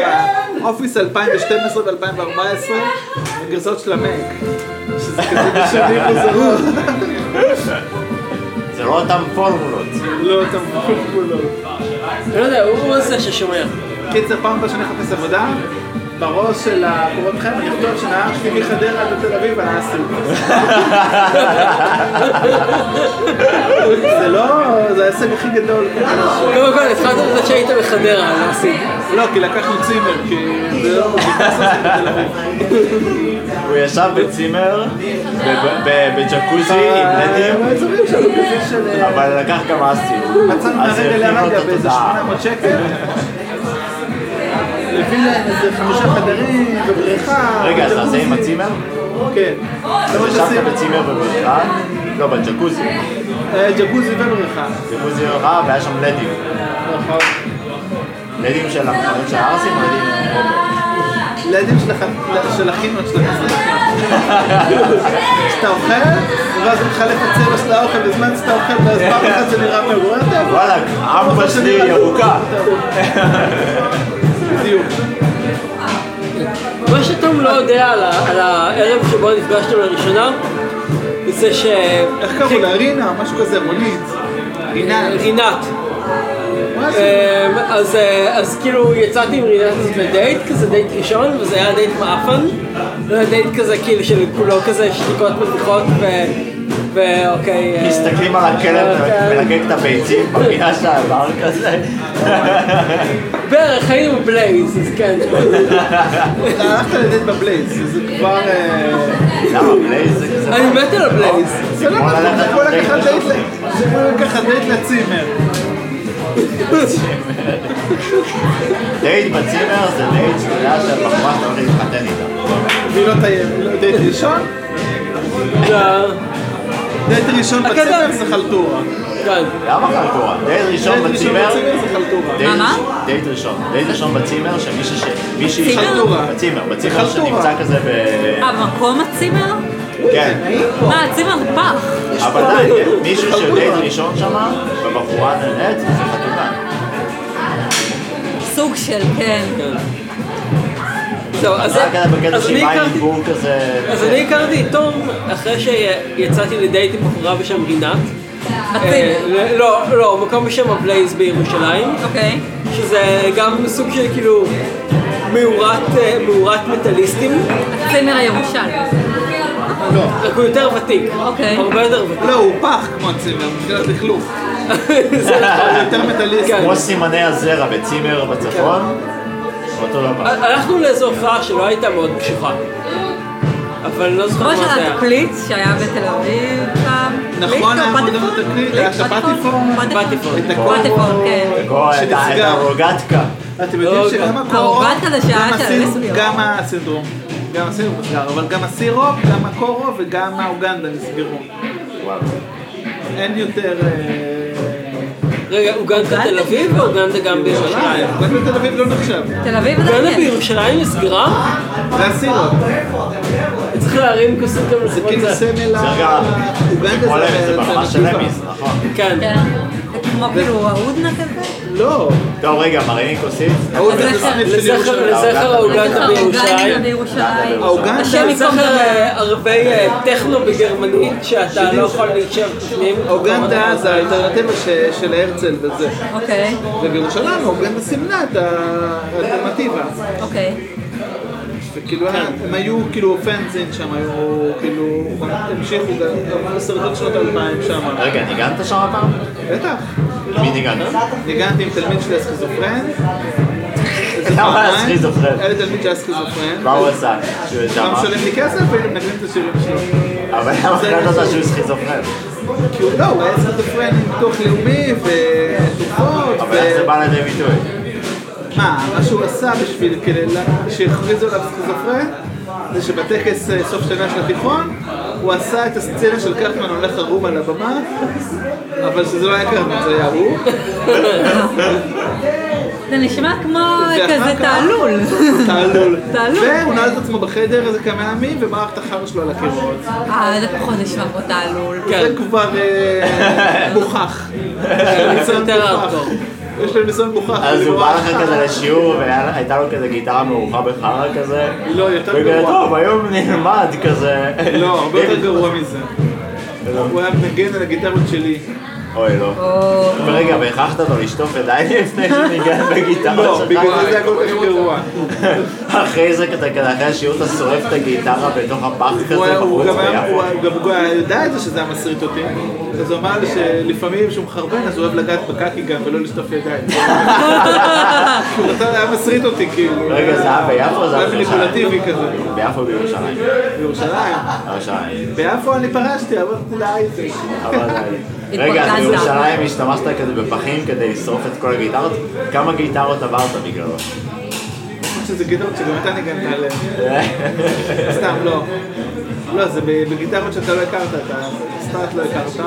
Speaker 5: האופיס 2012 ו-2014, גרסאות של המק, שזה כזה משנים מוזרות,
Speaker 1: זה לא אותם פורמולות.
Speaker 5: לא אותם גבולות.
Speaker 2: לא יודע, הוא הוא זה ששומע.
Speaker 5: קיצר, פעם הבאה שאני אחפש עבודה, בראש של הקורות חיים, אני אכתוב שנהר שלי מחדרה עד לתל אביב היה
Speaker 1: [LAUGHS]
Speaker 5: סילבוס. זה לא, זה ההישג הכי גדול.
Speaker 1: לא,
Speaker 2: קודם כל, התחלת בזה שהיית בחדרה, אז עשית.
Speaker 5: לא, כי לקחנו צימר, כי זה לא נכנס לתל אביב.
Speaker 1: הוא ישב בצימר, ב- ב- בג'קוזי עם לדים,
Speaker 5: המעצבים שלו כזה של... אה,
Speaker 1: אבל לקח גם לא אסי.
Speaker 5: מצאנו
Speaker 1: אז זה הרחיב
Speaker 5: מהרגע
Speaker 1: לו את
Speaker 5: לרגע באיזה
Speaker 1: התודעה.
Speaker 5: 800 שקל. הביא להם איזה חמישה חדרים ובריכה.
Speaker 1: רגע, אז אתה
Speaker 5: וטרמוזים.
Speaker 1: זה עם הצימר?
Speaker 5: כן. זה מה
Speaker 1: ישבת
Speaker 5: שעשינו.
Speaker 1: בצימר בבריכה? לא, בג'קוזי.
Speaker 5: אה, ג'קוזי ובריכה.
Speaker 1: ג'קוזי רע והיה שם לדים.
Speaker 5: נכון.
Speaker 1: לדים של החברים של הארסים או לדים של רוברט?
Speaker 5: לילדים שלך, של החינות שלך. כשאתה אוכל, ואז הוא מחלק את הצבע של האוכל בזמן שאתה אוכל, ואז פעם אחת זה נראה מעורר טוב.
Speaker 1: וואלה, אבא שלי ירוקה.
Speaker 5: בדיוק.
Speaker 2: מה שתום לא יודע על ה- על הערב שבו נפגשנו לראשונה, זה ש...
Speaker 5: איך קראו לה? רינה, משהו כזה, רונית. רינה.
Speaker 2: רינת.
Speaker 5: משהו.
Speaker 2: אמ, אז, אה, אז כאילו יצאתי עם רינת הזאת לדייט, כזה דייט ראשון, וזה היה דייט מאפן. זה היה דייט כזה כאילו של כולו כזה שתיקות מביכות ו... ואוקיי... אה,
Speaker 1: מסתכלים על הכלב מלגג את הביצים בפינה של האיבר כזה.
Speaker 2: בערך היינו בבלייז, אז כן.
Speaker 5: אתה הלכת לדייט בבלייז, זה כבר... אה,
Speaker 1: למה בלייז זה כזה?
Speaker 2: אני מת על הבלייז.
Speaker 5: זה לא
Speaker 1: כמו
Speaker 5: נכון,
Speaker 1: ללכת
Speaker 5: זה כמו
Speaker 1: לדייט
Speaker 5: לקחת דייט
Speaker 1: לשוק.
Speaker 5: ל- זה כמו לקחת דייט לצימר.
Speaker 1: דייט בצימר זה דייט שתדע שהבחורה שאתה הולך להתחתן איתה.
Speaker 5: והיא לא תהיה, לא- דייט ראשון?
Speaker 2: זה-
Speaker 5: דייט ראשון
Speaker 2: הקטע-
Speaker 5: בצימר זה חלטורה.
Speaker 2: כן.
Speaker 1: למה חלטורה? דייט ראשון
Speaker 5: דייט ראשון
Speaker 1: בצימר?
Speaker 5: בצימר זה חלטורה.
Speaker 1: דייט-
Speaker 6: מה, מה?
Speaker 1: דייט ראשון. דייט ראשון בצימר שמישהו ש... מישהי...
Speaker 6: צימר?
Speaker 5: חלטורה.
Speaker 1: בצימר, בצימר
Speaker 5: בחלטורה.
Speaker 1: שנמצא כזה ב...
Speaker 6: המקום הצימר?
Speaker 1: כן.
Speaker 6: מה, הצימר זה פח.
Speaker 1: אבל די, כן. מישהו שדייט ראשון שמה, ובחורה נהנית, זה חתונה.
Speaker 6: סוג של, כן.
Speaker 2: זהו, אז
Speaker 1: זה היה כזה בקטע
Speaker 2: אז אני
Speaker 1: שבא עם
Speaker 2: הכרתי...
Speaker 1: בור כזה...
Speaker 2: אז אני הכרתי את תום אחרי שיצאתי לדייט עם בחורה בשם רינת. אה,
Speaker 6: בצימר.
Speaker 2: ל- לא, לא, מקום בשם הבלייז בירושלים.
Speaker 6: אוקיי.
Speaker 2: שזה גם סוג של כאילו מאורת, אה, מאורת מטאליסטים,
Speaker 6: הצימר הירושלמי.
Speaker 2: רק הוא יותר ותיק.
Speaker 6: אוקיי.
Speaker 2: הרבה יותר ותיק. [LAUGHS]
Speaker 5: לא, הוא פח כמו הצימר, מבחינת לכלוך.
Speaker 2: זה
Speaker 5: הוא
Speaker 2: נכון.
Speaker 5: יותר מטאליסט.
Speaker 2: כן.
Speaker 1: כמו סימני הזרע בצימר בצפון, אותו דבר.
Speaker 2: הלכנו לאיזו הופעה שלא הייתה מאוד קשוחה. אבל אני לא זוכר
Speaker 6: כמו
Speaker 2: מה זה
Speaker 6: של
Speaker 2: היה.
Speaker 6: התקליט שהיה בתל אביב פעם. לא,
Speaker 5: נכון, היה מאוד
Speaker 6: פטיפון?
Speaker 5: התקליט, היה שם פטיפון.
Speaker 6: פטיפון.
Speaker 5: את הכל.
Speaker 6: פטיפון, כן.
Speaker 1: וכל את ה- את
Speaker 5: שנסגר.
Speaker 1: הרוגטקה.
Speaker 5: אתם יודעים שגם הקורו,
Speaker 6: הרוגת על השעה
Speaker 5: גם
Speaker 6: של
Speaker 5: הסיר-
Speaker 6: הוויסקי.
Speaker 5: גם הסינדרום, גם הסינדרום נסגר, אבל גם הסירופ, גם הקורו וגם האוגנדה נסגרו.
Speaker 1: וואו.
Speaker 5: אין יותר... אה,
Speaker 2: רגע, אוגנדה תל אביב ואוגנדה גם בירושלים.
Speaker 5: אוגנדה בתל אביב לא נחשב,
Speaker 6: תל אביב זה
Speaker 2: אוגנדה
Speaker 6: עניין.
Speaker 2: בירושלים נסגרה?
Speaker 5: זה הסירופ.
Speaker 2: צריך להרים כוסות גם
Speaker 5: זה
Speaker 2: לזוגות
Speaker 5: כאילו
Speaker 2: זה.
Speaker 5: סמל
Speaker 1: זה
Speaker 5: ה-
Speaker 1: גם,
Speaker 5: האוגנדה
Speaker 1: כל אלה זה
Speaker 5: האלטרנטיבה.
Speaker 1: ברמה של אמיס, נכון.
Speaker 2: כן.
Speaker 6: כן. זה כמו כאילו ההודנה כזה.
Speaker 5: לא,
Speaker 1: טוב רגע, מריני כוסית?
Speaker 5: האוגנדה זה
Speaker 6: לזכר-
Speaker 5: סניף של
Speaker 2: לזכר
Speaker 5: ירושלים.
Speaker 2: לזכר האוגנדה
Speaker 6: אוגנדה
Speaker 2: בירושלים.
Speaker 6: בירושלים.
Speaker 5: האוגנדה
Speaker 6: השם ייקום
Speaker 2: לזכר
Speaker 6: דריה.
Speaker 2: אה, ערבי אה, טכנו בגרמנית שאתה לא יכול להישאר בפנים.
Speaker 5: אוגנדה זה האלטרנטיבה ש- של הרצל וזה.
Speaker 6: אוקיי,
Speaker 5: ובירושלים האוגנדה סימנה את האלטרנטיבה.
Speaker 6: אוקיי.
Speaker 5: וכאילו הם היו כאילו פנזין שם, היו כאילו, המשיכו גם, סרטון שנות אלפיים שם.
Speaker 1: רגע, ניגנת שם הפעם?
Speaker 5: בטח.
Speaker 1: מי ניגנת?
Speaker 5: ניגנתי עם תלמיד שלי הסכיזופרן.
Speaker 1: [LAUGHS] למה היה סכיזופרן?
Speaker 5: היה לי תלמיד שהיה סכיזופרן.
Speaker 1: מה הוא עשה? שהוא
Speaker 5: גם
Speaker 1: ישב?
Speaker 5: משלם לי כסף והיינו מנגנים את השירים שלו.
Speaker 1: אבל למה חשבת שהוא סכיזופרן?
Speaker 5: כי הוא לא, הוא היה סכיזופרן עם ביטוח לאומי ותרופות.
Speaker 1: אבל
Speaker 5: ו-
Speaker 1: איך זה בא לידי ביטוי?
Speaker 5: מה, מה שהוא עשה בשביל, כדי לה- שהכריזו עליו סכיזופרן, זה שבטקס אה, סוף שנה של התיכון, הוא עשה את הסצנה של קרטמן הולך ערום על הבמה, אבל שזה לא היה קרטמן, זה היה הוא.
Speaker 6: זה נשמע כמו
Speaker 5: ואחר
Speaker 6: כזה
Speaker 5: כך-
Speaker 6: תעלול. [LAUGHS]
Speaker 5: [LAUGHS] תעלול.
Speaker 6: תעלול.
Speaker 5: והוא נעל את עצמו בחדר איזה כמה ימים, ומרח את החר שלו על הקירות.
Speaker 6: אה, זה פחות נשמע כמו תעלול.
Speaker 2: כן.
Speaker 5: זה כבר אה, מוכח. ניסיון
Speaker 2: יותר
Speaker 5: מוכח.
Speaker 2: הארדקור.
Speaker 5: יש להם ניסיון מוכח.
Speaker 1: אז הוא
Speaker 5: ולא
Speaker 1: בא
Speaker 5: רק
Speaker 1: לך
Speaker 5: חרא.
Speaker 1: כזה לשיעור, והייתה לו כזה גיטרה מערוכה בחרא כזה?
Speaker 5: לא, יותר
Speaker 1: וכזה,
Speaker 5: גרוע.
Speaker 1: טוב, היום נלמד כזה. [LAUGHS]
Speaker 5: לא, הרבה יותר גרוע מזה. הוא היה מנגן על הגיטרות שלי.
Speaker 1: אוי לא. ורגע, והכרחת אותו לשטוף ידיים לפני שניגן
Speaker 5: לא,
Speaker 1: בגיטרה שלך?
Speaker 3: וואי, אני רוצה-
Speaker 1: אחרי זה אתה כזה, אחרי השיעור אתה שורף את הגיטרה בתוך הפח כזה
Speaker 5: הוא היה- הוא
Speaker 1: בחוץ
Speaker 5: גם היה-
Speaker 1: ביפו.
Speaker 5: הוא היה- גם הוא היה יודע את זה שזה היה מסריט אותי, אז הוא אמר לי שלפעמים כשהוא מחרבן אז הוא אוהב לגעת בקקי גם ולא לשטוף ידיים. הוא רצה- היה מסריט אותי כאילו.
Speaker 1: רגע, זה היה ביפו או זה היה
Speaker 5: היה מניפולטיבי כזה.
Speaker 1: ביפו או בירושלים?
Speaker 5: בירושלים.
Speaker 1: בירושלים.
Speaker 5: ביפו אני פרשתי, עברתי להייטק.
Speaker 1: אבל, אה, רגע, אז בירושלים השתמשת כזה בפחים כדי לשרוף את כל הגיטרות? כמה גיטרות עברת בגללו? [LAUGHS]
Speaker 5: שזה גיטרות שגם אתה ניגנת עליהן. סתם, לא. לא, זה ב- בגיטרות שאתה לא הכרת, אתה סטארט לא הכרת.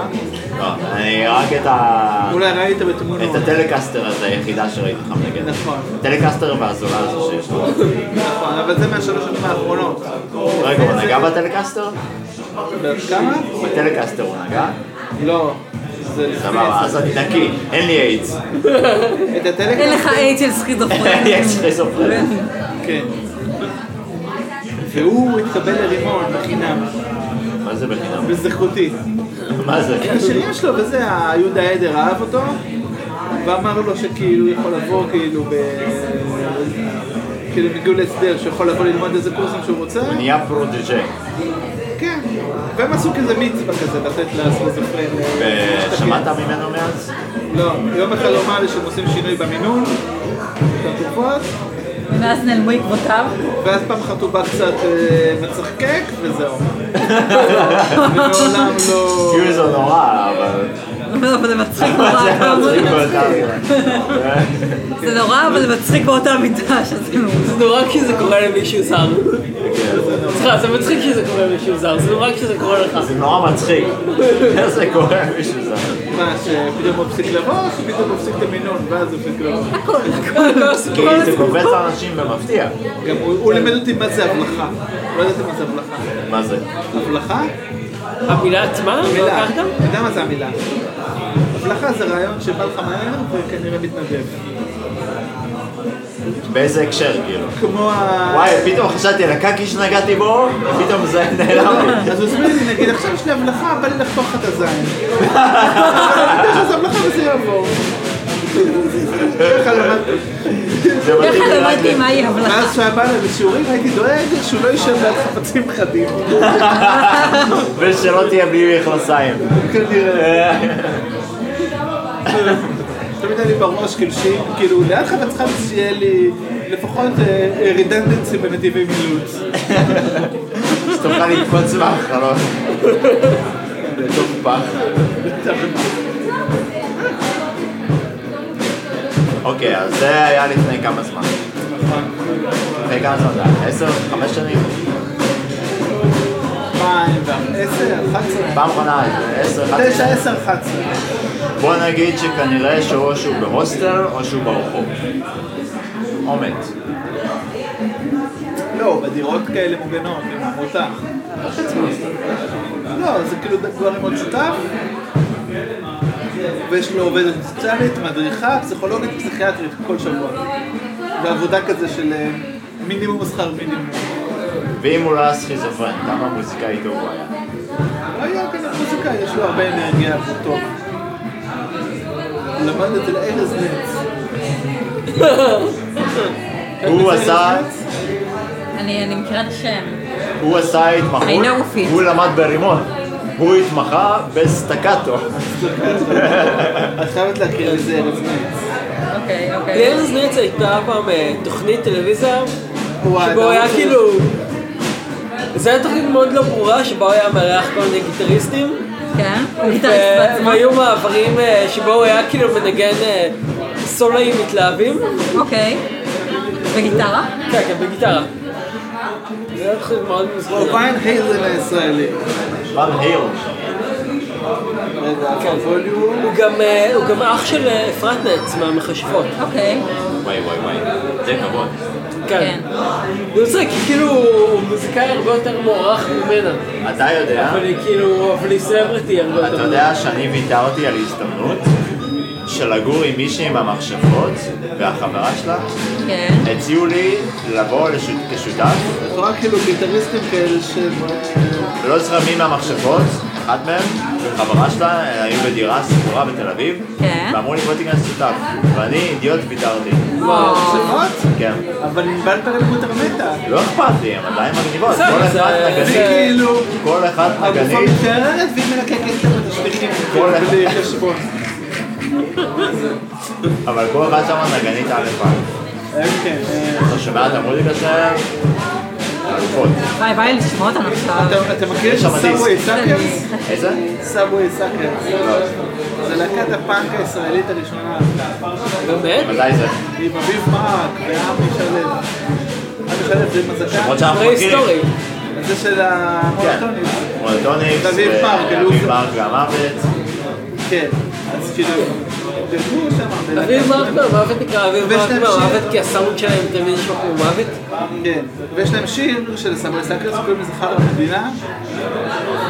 Speaker 1: לא, אני רק את ה...
Speaker 5: אולי ראית
Speaker 1: את
Speaker 5: בתמונות.
Speaker 1: הטלקסטר הזה היחידה שראיתי לך מנגן.
Speaker 5: נכון.
Speaker 1: טלקסטר והזולה הזו שיש לו.
Speaker 5: נכון, אבל זה מהשלוש שנים האחרונות.
Speaker 1: רגע, הוא נגע בטלקסטר?
Speaker 5: כמה?
Speaker 1: בטלקסטר הוא נגע?
Speaker 5: לא. זה לפני
Speaker 1: סבבה,
Speaker 5: עשר.
Speaker 1: אז אני נקי, אין לי איידס.
Speaker 5: את הטלגרם?
Speaker 6: אין לך עט של סכיזופרניה.
Speaker 1: [LAUGHS] יש סכיזופרניה.
Speaker 5: כן. והוא התקבל לרימון בחינם,
Speaker 1: מה זה בחינם?
Speaker 5: בזכותי.
Speaker 1: מה זה?
Speaker 5: השירים שלו וזה, יהודה עדר אהב אותו, ואמר לו שכאילו הוא יכול לבוא כאילו ב... כאילו הם הגיעו להסדר, שהוא יכול לבוא ללמוד איזה קורסים שהוא רוצה,
Speaker 1: נהיה פרודג'ה.
Speaker 5: כן. והם עשו כזה מצווה כזה, לתת לסלוזופרן.
Speaker 1: שמעת ממנו מאז?
Speaker 5: לא, יום אחד הוא אמר לי שהם עושים שינוי במינון, בתרופות,
Speaker 6: ואז נעלמו עקבותיו.
Speaker 5: ואז פעם אחת הוא בא קצת אה, מצחקק, וזהו. ומעולם לא...
Speaker 1: כאילו זה נורא, אבל...
Speaker 6: אבל זה מצחיק
Speaker 1: מה
Speaker 6: נורא.
Speaker 1: זה מצחיק כל כך?
Speaker 6: זה נורא, אבל זה מצחיק באותה מידה שזה
Speaker 2: זה נורא כשזה קורה למישהו זר. סליחה, זה מצחיק כשזה קורה למישהו זר, זה נורא כשזה קורה לך.
Speaker 1: זה נורא מצחיק. איך זה קורה למישהו זה?
Speaker 5: מה, שפתאום הוא הפסיק לבוא, או שפתאום הוא הפסיק את המינון, ואז כאילו, הוא הפסיק לבוא.
Speaker 2: כל הסיפור
Speaker 1: כי
Speaker 2: הזה.
Speaker 1: זה קופץ לאנשים במפתיע.
Speaker 5: גם הוא הוא לימד אותי מה זה הבלחה. לא ידעתי מה זה הבלחה.
Speaker 1: מה זה?
Speaker 5: הבלחה?
Speaker 2: המילה עצמה? לא
Speaker 5: מילה.
Speaker 2: לקחת?
Speaker 5: אתה יודע מה זה המילה? הבלחה זה רעיון שבא לך מהר וכנראה מתנדב.
Speaker 1: באיזה הקשר כאילו?
Speaker 5: כמו ה...
Speaker 1: וואי, פתאום חשבתי על הקקי שנגעתי בו, פתאום זה נעלם לי.
Speaker 5: אז הוא הסביר לי, נגיד, עכשיו יש לי הבלחה, בא לי לחתוך לך את הזין. אבל אני יודע שזה הבלחה וזה יעבור. ככה למדתי.
Speaker 1: זה
Speaker 6: ככה
Speaker 1: מתאים לי רק
Speaker 6: למדתי
Speaker 1: ל-
Speaker 6: מהי הבלחה.
Speaker 5: ואז כשהוא היה בא אליי בשיעורים, הייתי דואג שהוא לא יישב ליד חפצים חדים.
Speaker 1: ושלא תהיה בלי מכנסיים.
Speaker 5: כנראה. תמיד היה לי בראש כאילו שאם, כאילו ליד חפצך שיהיה לי לפחות רידנדנסי בנתיבי מילוץ. [LAUGHS]
Speaker 1: שתוכל לקפוץ מהחלון. לתוך פח. אוקיי, אז זה היה לפני כמה זמן. לפני כמה זמן זה היה? עשר? חמש שנים?
Speaker 5: מה, עשר, אחת עשרה?
Speaker 1: פעם אחרונה, עשר, אחת
Speaker 5: תשע,
Speaker 1: עשרה.
Speaker 5: עשר, אחת עשרה.
Speaker 1: בוא נגיד שכנראה שאו שהוא בהוסטל או שהוא ברחוב. או מת.
Speaker 5: לא, בדירות כאלה מוגנות, עם עמותה. לא, זה כאילו כבר עם עוד שותף, ויש לו עובדת סוציאלית, מדריכה, פסיכולוגית, פסיכיאטרית, כל שבוע. ועבודה כזה של אה, מינימום שכר מינימום.
Speaker 1: ואם הוא לא היה סכיזופרן, כמה מוזיקאי טוב הוא היה?
Speaker 5: לא היה כנראה מוזיקאי, יש לו הרבה אנרגיה, הוא טוב. הוא למד אצל ארז נץ.
Speaker 1: הוא עשה,
Speaker 6: אני אני מכירה את השם.
Speaker 1: הוא עשה
Speaker 6: I
Speaker 1: התמחות,
Speaker 6: know fit.
Speaker 1: הוא למד ברימון. הוא התמחה בסטקטו.
Speaker 5: את חייבת להכיר איזה ארז נץ.
Speaker 6: אוקיי, אוקיי.
Speaker 2: לארז נץ הייתה פעם אה, תוכנית טלוויזיה,
Speaker 5: הוא האדם
Speaker 6: אה,
Speaker 2: שבו
Speaker 6: לא,
Speaker 2: היה
Speaker 5: ש-
Speaker 2: כאילו... זו הייתה תוכנית מאוד לא ברורה, שבה הוא היה מארח כל מיני גיטריסטים.
Speaker 6: כן?
Speaker 2: אה,
Speaker 6: הוא גיטריסט
Speaker 2: ו-
Speaker 6: בעצמו.
Speaker 2: והיו מעברים אה, שבו הוא היה כאילו מנגן אה, סולאים מתלהבים,
Speaker 6: אוקיי. וגיטרה?
Speaker 2: כן, כן, בגיטרה. זה היה תוכנית מאוד מוזרה.
Speaker 5: הוא ויין הייזן הישראלי.
Speaker 1: ון היל.
Speaker 5: רגע,
Speaker 1: כן.
Speaker 5: הווליום.
Speaker 2: הוא גם, אה, הוא גם אח של אה, אפרת נץ מהמכשפות.
Speaker 6: אוקיי.
Speaker 1: וואי וואי וואי, זה כבוד.
Speaker 2: כן.
Speaker 6: כן.
Speaker 2: זה מצחיק, כי כאילו הוא מוזיקאי הרבה יותר מוערך ממנה.
Speaker 1: אתה יודע,
Speaker 2: אבל היא כאילו, אבל היא סלברטי הרבה יותר.
Speaker 1: אתה יודע שאני ויתרתי על הזדמנות של לגור עם מישהי מהמחשבות והחברה שלה.
Speaker 6: כן.
Speaker 1: הציעו לי לבוא לשות- כשותף,
Speaker 5: רק כאילו גיטריסטים כאלה שהם...
Speaker 1: ולא זרמים מהמחשבות, אחד מהם, חברה שלה, היו בדירה סגורה בתל אביב,
Speaker 6: כן.
Speaker 1: ואמרו לי בוא תיכנס שותף, ואני אידיוט ויתרתי.
Speaker 2: וואו.
Speaker 5: שמות?
Speaker 1: כן.
Speaker 5: אבל ענבל פרלמוטר מתה.
Speaker 1: לא אכפת לי, הן עדיין מגניבות,
Speaker 2: בסדר,
Speaker 1: כל
Speaker 2: זה-
Speaker 1: אחת נגנית,
Speaker 5: כאילו,
Speaker 1: כל אחת
Speaker 5: הגופה
Speaker 1: נגנית,
Speaker 5: מתערערת והיא מלקקת את התשטיחים.
Speaker 1: כל אחד.
Speaker 5: בלי חשבון.
Speaker 1: אבל כל אחת שם נגנית א' א'.
Speaker 5: כן, אה,
Speaker 1: אתה שומע את המוזיקה שלהם? אלופות.
Speaker 6: וואי, בא לי לשמוע אותם עכשיו.
Speaker 5: אתה- אתה מכיר את
Speaker 1: יש שם
Speaker 5: סאבווי
Speaker 1: דיסק.
Speaker 5: סאקרס?
Speaker 1: איזה? לא,
Speaker 5: סאבווי סאקרס. זה להקת הפאנק הישראלית הראשונה.
Speaker 2: באמת?
Speaker 1: מתי זה?
Speaker 5: עם אביב מארק ועמי שלו. עמי שלו זה עם הזקן.
Speaker 1: למרות שאנחנו
Speaker 2: פרה היסטורי.
Speaker 1: מכירים.
Speaker 5: זה של
Speaker 1: כן.
Speaker 5: המונוטונית.
Speaker 1: מונוטוניקס,
Speaker 5: דוד פארק,
Speaker 1: ואביב
Speaker 5: אלוף.
Speaker 1: פארק והמוות.
Speaker 5: כן. אז כאילו, דברו שם.
Speaker 2: אביב מרק מהמוות לא, נקרא אביב מרק
Speaker 5: ושניים
Speaker 2: מהמוות
Speaker 5: שיר.
Speaker 2: כי הסאונד שלהם תמיד נשמע כמו מוות.
Speaker 5: כן, ויש להם שיר של סברי סקרס, קוראים לזה חרא המדינה.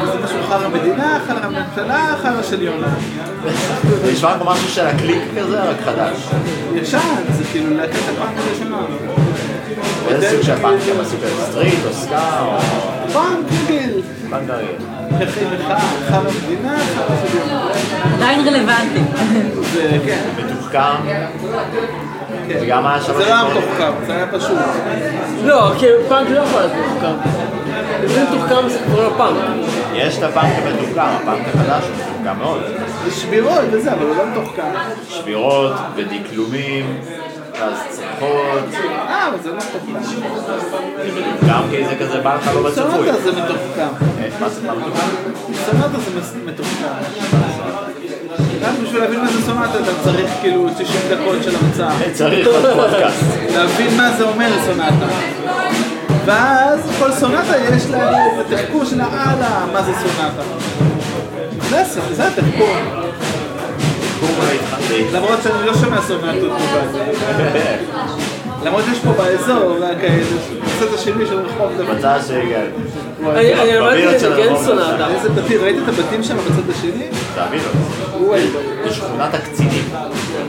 Speaker 5: וזה משהו חרא המדינה, חרא הממשלה, חרא של יונה.
Speaker 1: זה נשמע כמו משהו של הקליק כזה, רק חדש.
Speaker 5: אוקיי. ישן, זה כאילו להקת הפאנק הראשונה.
Speaker 1: איזה סוג של פאנק הם עשו כזה סטריט או סקה או
Speaker 5: פאנק רגיל.
Speaker 1: פאנק הרי.
Speaker 5: אחי מחאה, חרא המדינה, חרא של יונה.
Speaker 6: עדיין רלוונטי.
Speaker 5: זה כן,
Speaker 1: מתוחכם.
Speaker 5: כן.
Speaker 1: זה גם היה
Speaker 5: זה
Speaker 1: שלוש
Speaker 5: לא היה
Speaker 1: שמונה.
Speaker 5: מתוחכם, זה היה פשוט.
Speaker 2: לא, כי פאנק לא יכול להיות מתוחכם. אם זה מתוחכם זה כבר לא פאנק.
Speaker 1: יש את הפאנק המתוחכם, הפאנק החדש הוא מתוחכם מאוד.
Speaker 5: זה שבירות וזה, אבל הוא לא מתוחכם.
Speaker 1: שבירות ודקלומים, אז צרחות.
Speaker 5: אה, אבל זה לא מתוחכם.
Speaker 1: גם כי זה כזה בא לך לא בצפוי.
Speaker 5: סונטה זה מתוחכם.
Speaker 1: אה, מה זה מה מתוחכם?
Speaker 5: סונטה זה מס- מתוחכם. רק בשביל להבין מה זה סונטה אתה צריך כאילו 90 דקות של המצאה.
Speaker 1: אה, צריך עוד
Speaker 5: [LAUGHS]
Speaker 1: פודקאסט.
Speaker 5: להבין מה זה אומר סונטה. ואז כל סונטה יש לה איזה תחקור שלה הלאה, מה זה סונטה. זה הס- זה התחקור,
Speaker 1: קום להתחתן.
Speaker 5: למרות שאני לא שומע סונטות בבית. למרות שיש פה באזור, רק הצד השני של רחוב דוד.
Speaker 1: מצא שהגעתי.
Speaker 2: אני אני למדתי את
Speaker 1: בבילד של
Speaker 2: זה כן
Speaker 1: הרחוב.
Speaker 2: סונדה.
Speaker 5: איזה בתים, ראית את הבתים שם בצד השני?
Speaker 1: תאמין לו.
Speaker 5: וואי,
Speaker 1: זה שכונת הקצינים.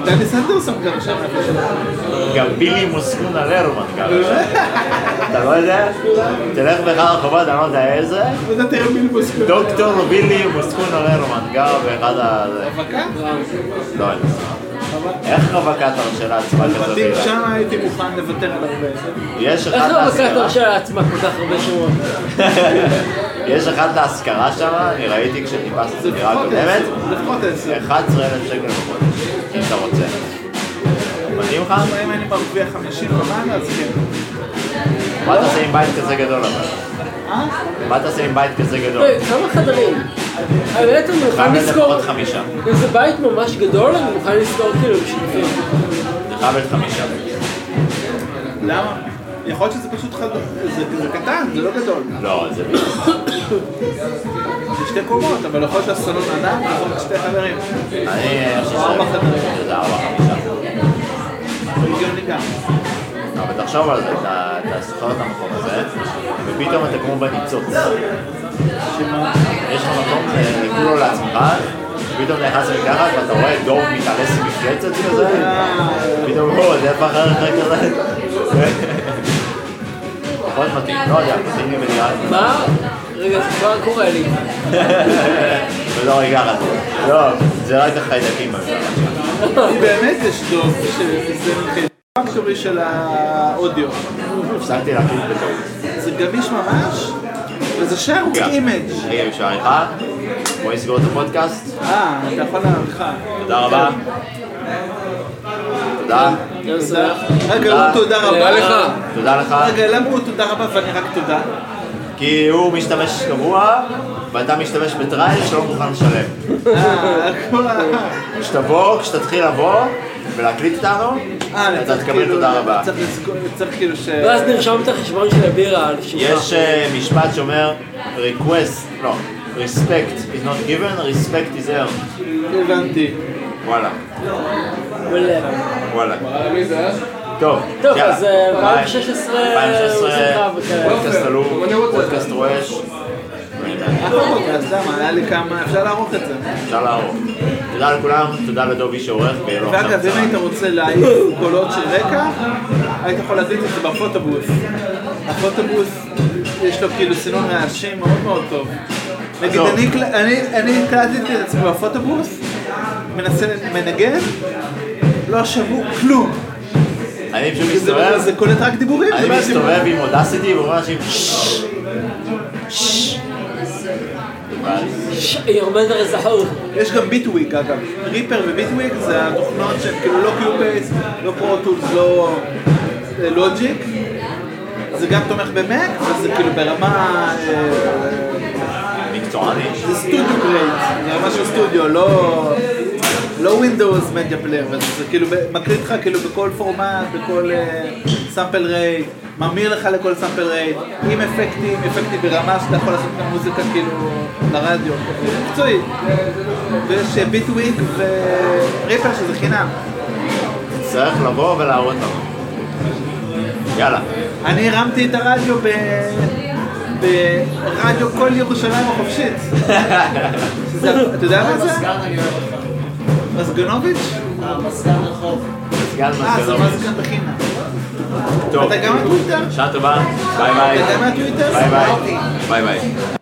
Speaker 5: דני סנדרסון גם שם. איפה שהוא.
Speaker 1: גם בילי מוסקונה לרמן גר שם. אתה לא יודע? תלך באחד הרחובות, אני לא יודע איזה.
Speaker 5: וזה תראה מילבוס כזה.
Speaker 1: דוקטור בילי מוסקונה לרמן גר באחד ה...
Speaker 5: הפקה?
Speaker 1: לא יודע. איך רווקה תרשה לעצמה כזאת
Speaker 5: בתים
Speaker 1: בירה?
Speaker 5: שם הייתי מוכן לוותר על הרבה.
Speaker 1: יש
Speaker 2: איך
Speaker 1: אחד
Speaker 2: לא מכרת
Speaker 1: להשכרה.
Speaker 2: עכשיו לעצמה כל כך הרבה שמות?
Speaker 1: [LAUGHS] יש אחד להשכרה שם, אני ראיתי כשטיפסתי את
Speaker 5: זה
Speaker 1: הדירה
Speaker 5: לפחות
Speaker 1: הקודמת.
Speaker 5: [LAUGHS] עשר. זה לפחות עשר.
Speaker 1: 11,000 שקל בחודש, אם אתה רוצה. מתאים לך?
Speaker 5: אז אם אני מרוויח 50 ומעלה, אז כן.
Speaker 1: מה תעשה עם בית כזה גדול אבל?
Speaker 5: אה?
Speaker 1: מה תעשה עם בית כזה גדול?
Speaker 2: היי, כמה חדרים? האמת אני
Speaker 1: חייב
Speaker 2: מוכן
Speaker 1: להיות
Speaker 2: לזכור,
Speaker 1: לפחות חמישה.
Speaker 2: אם זה בית ממש גדול אני מוכן לזכור כאילו בשביל
Speaker 1: זה חייב להיות חמישה.
Speaker 5: למה? יכול להיות שזה פשוט חד... זה זה קטן, זה לא גדול.
Speaker 1: לא, זה...
Speaker 5: זה שתי קומות, אבל יכול להיות שהסלון ענק, יכול להיות שתי חברים.
Speaker 1: אני חושב
Speaker 5: ארבע חדרים.
Speaker 1: שזה ארבע חמישה.
Speaker 5: זה הגיוני גם.
Speaker 1: לא, אבל תחשוב על זה, אתה אתה שוכר את המקום הזה, ופתאום אתה כמו בניצוץ. יש לך מקום אה, כולו לעצמך, פתאום אתה נכנס לקחת ואתה רואה דור מתארס עם מפלצת כזה,
Speaker 5: אה.
Speaker 1: פתאום לא, זה איפה אחר אחר כזה.
Speaker 5: [LAUGHS]
Speaker 1: [LAUGHS] פחות מתאים, לא יודע, מתאים לי בדירה.
Speaker 2: מה? רגע זה כבר קורה לי.
Speaker 1: ולא רגע אחת. לא, זה רק החיידקים. בגלל.
Speaker 5: כי באמת יש דוב שזה מתחיל. פקטורי של האודיו.
Speaker 1: הפסקתי להקליט בטעות.
Speaker 5: זה גמיש ממש, וזה שייר אימג'.
Speaker 1: רגע, בשביל העריכה, בואי נסגור את הפודקאסט.
Speaker 5: אה, אתה יכול להעריך.
Speaker 1: תודה רבה. תודה.
Speaker 2: יום שמח.
Speaker 5: רגע, לא תודה
Speaker 2: תודה
Speaker 5: רבה.
Speaker 2: לך.
Speaker 1: תודה לך.
Speaker 5: רגע, למה הוא תודה רבה ואני רק תודה?
Speaker 1: כי הוא משתמש קבוע, ואתה משתמש בטרייל שלא מוכן לשלם.
Speaker 5: אה, כל ה...
Speaker 1: כשתבוא, כשתתחיל לבוא ולהקליט איתנו,
Speaker 5: אה,
Speaker 1: אתה
Speaker 5: צריך
Speaker 1: תקבל
Speaker 5: כאילו-
Speaker 1: תודה רבה.
Speaker 5: צריך לזכור- צריך כאילו ש...
Speaker 2: ואז נרשום את החשבון של הבירה על שמך.
Speaker 1: יש אה, משפט שאומר, request, לא, respect is not given, respect is earned.
Speaker 5: הבנתי.
Speaker 1: וואלה,
Speaker 2: מעולה.
Speaker 1: וואלה.
Speaker 3: מי זה היה?
Speaker 1: טוב,
Speaker 2: טוב,
Speaker 1: יאללה.
Speaker 2: אז, אה,
Speaker 1: 2016,
Speaker 2: 2016,
Speaker 1: פודקאסט עלוב,
Speaker 3: אני רוצה.
Speaker 1: פודקאסט רועש,
Speaker 5: אחלה פודקאסט, למה? היה לי כמה... אפשר לערוך את זה.
Speaker 1: אפשר לערוך. תודה לכולם, תודה לדובי שעורך, ולא עכשיו
Speaker 5: ואגב, אם
Speaker 1: צרה.
Speaker 5: היית רוצה להעיף קולות של רקע, היית יכול להדליק את זה בפוטובוס. הפוטובוס, יש לו כאילו סינון רעשים מאוד מאוד טוב. נגיד,
Speaker 1: עזוב.
Speaker 5: אני הקל- אני- אני הקלטתי את עצמי באפוטובוס, מנסה, מנגן, לא שמעו כלום.
Speaker 1: אני פשוט
Speaker 5: זה-
Speaker 1: מסתובב,
Speaker 5: זה קולט רק דיבורים.
Speaker 1: לא
Speaker 5: זה
Speaker 1: אני
Speaker 5: לא הדיבור.
Speaker 1: מסתובב עם אודסיטי ואומר אנשים "ששש,
Speaker 2: ירמן הרזחור.
Speaker 5: יש גם ביטוויק אגב, ריפר וביטוויק זה התוכנות שהן כאילו לא קיובייס, לא פרוטולס, לא אה, לוג'יק, זה גם תומך במק, וזה כאילו ברמה, אה,
Speaker 1: מקצועני.
Speaker 5: זה סטודיו גרייט, זה ממש סטודיו, לא לא ווינדוס מדיה פלייר, זה כאילו ב- מקליט לך כאילו בכל פורמט, בכל סאמפל רייט, ממיר לך לכל סאמפל רייט, עם אפקטים, אפקטים ברמה שאתה יכול לעשות גם מוזיקה כאילו לרדיו, מקצועי. ויש אה, ביטוויק וריפר שזה חינם.
Speaker 1: צריך לבוא ולהראות לנו. יאללה.
Speaker 5: אני הרמתי את הרדיו ב... ברדיו כל ירושלים החופשית. שזה- אתה יודע מה זה? מזגנוביץ'?
Speaker 7: המזגן רחוב.
Speaker 1: סגן
Speaker 5: אה, זה
Speaker 1: מזגנות.
Speaker 5: מזגן בחינם.
Speaker 1: טוב.
Speaker 5: אתה גם מהטוויטר?
Speaker 1: שעה טובה. ביי ביי.
Speaker 5: אתה גם מהטוויטר?
Speaker 1: ביי ביי. ביי ביי.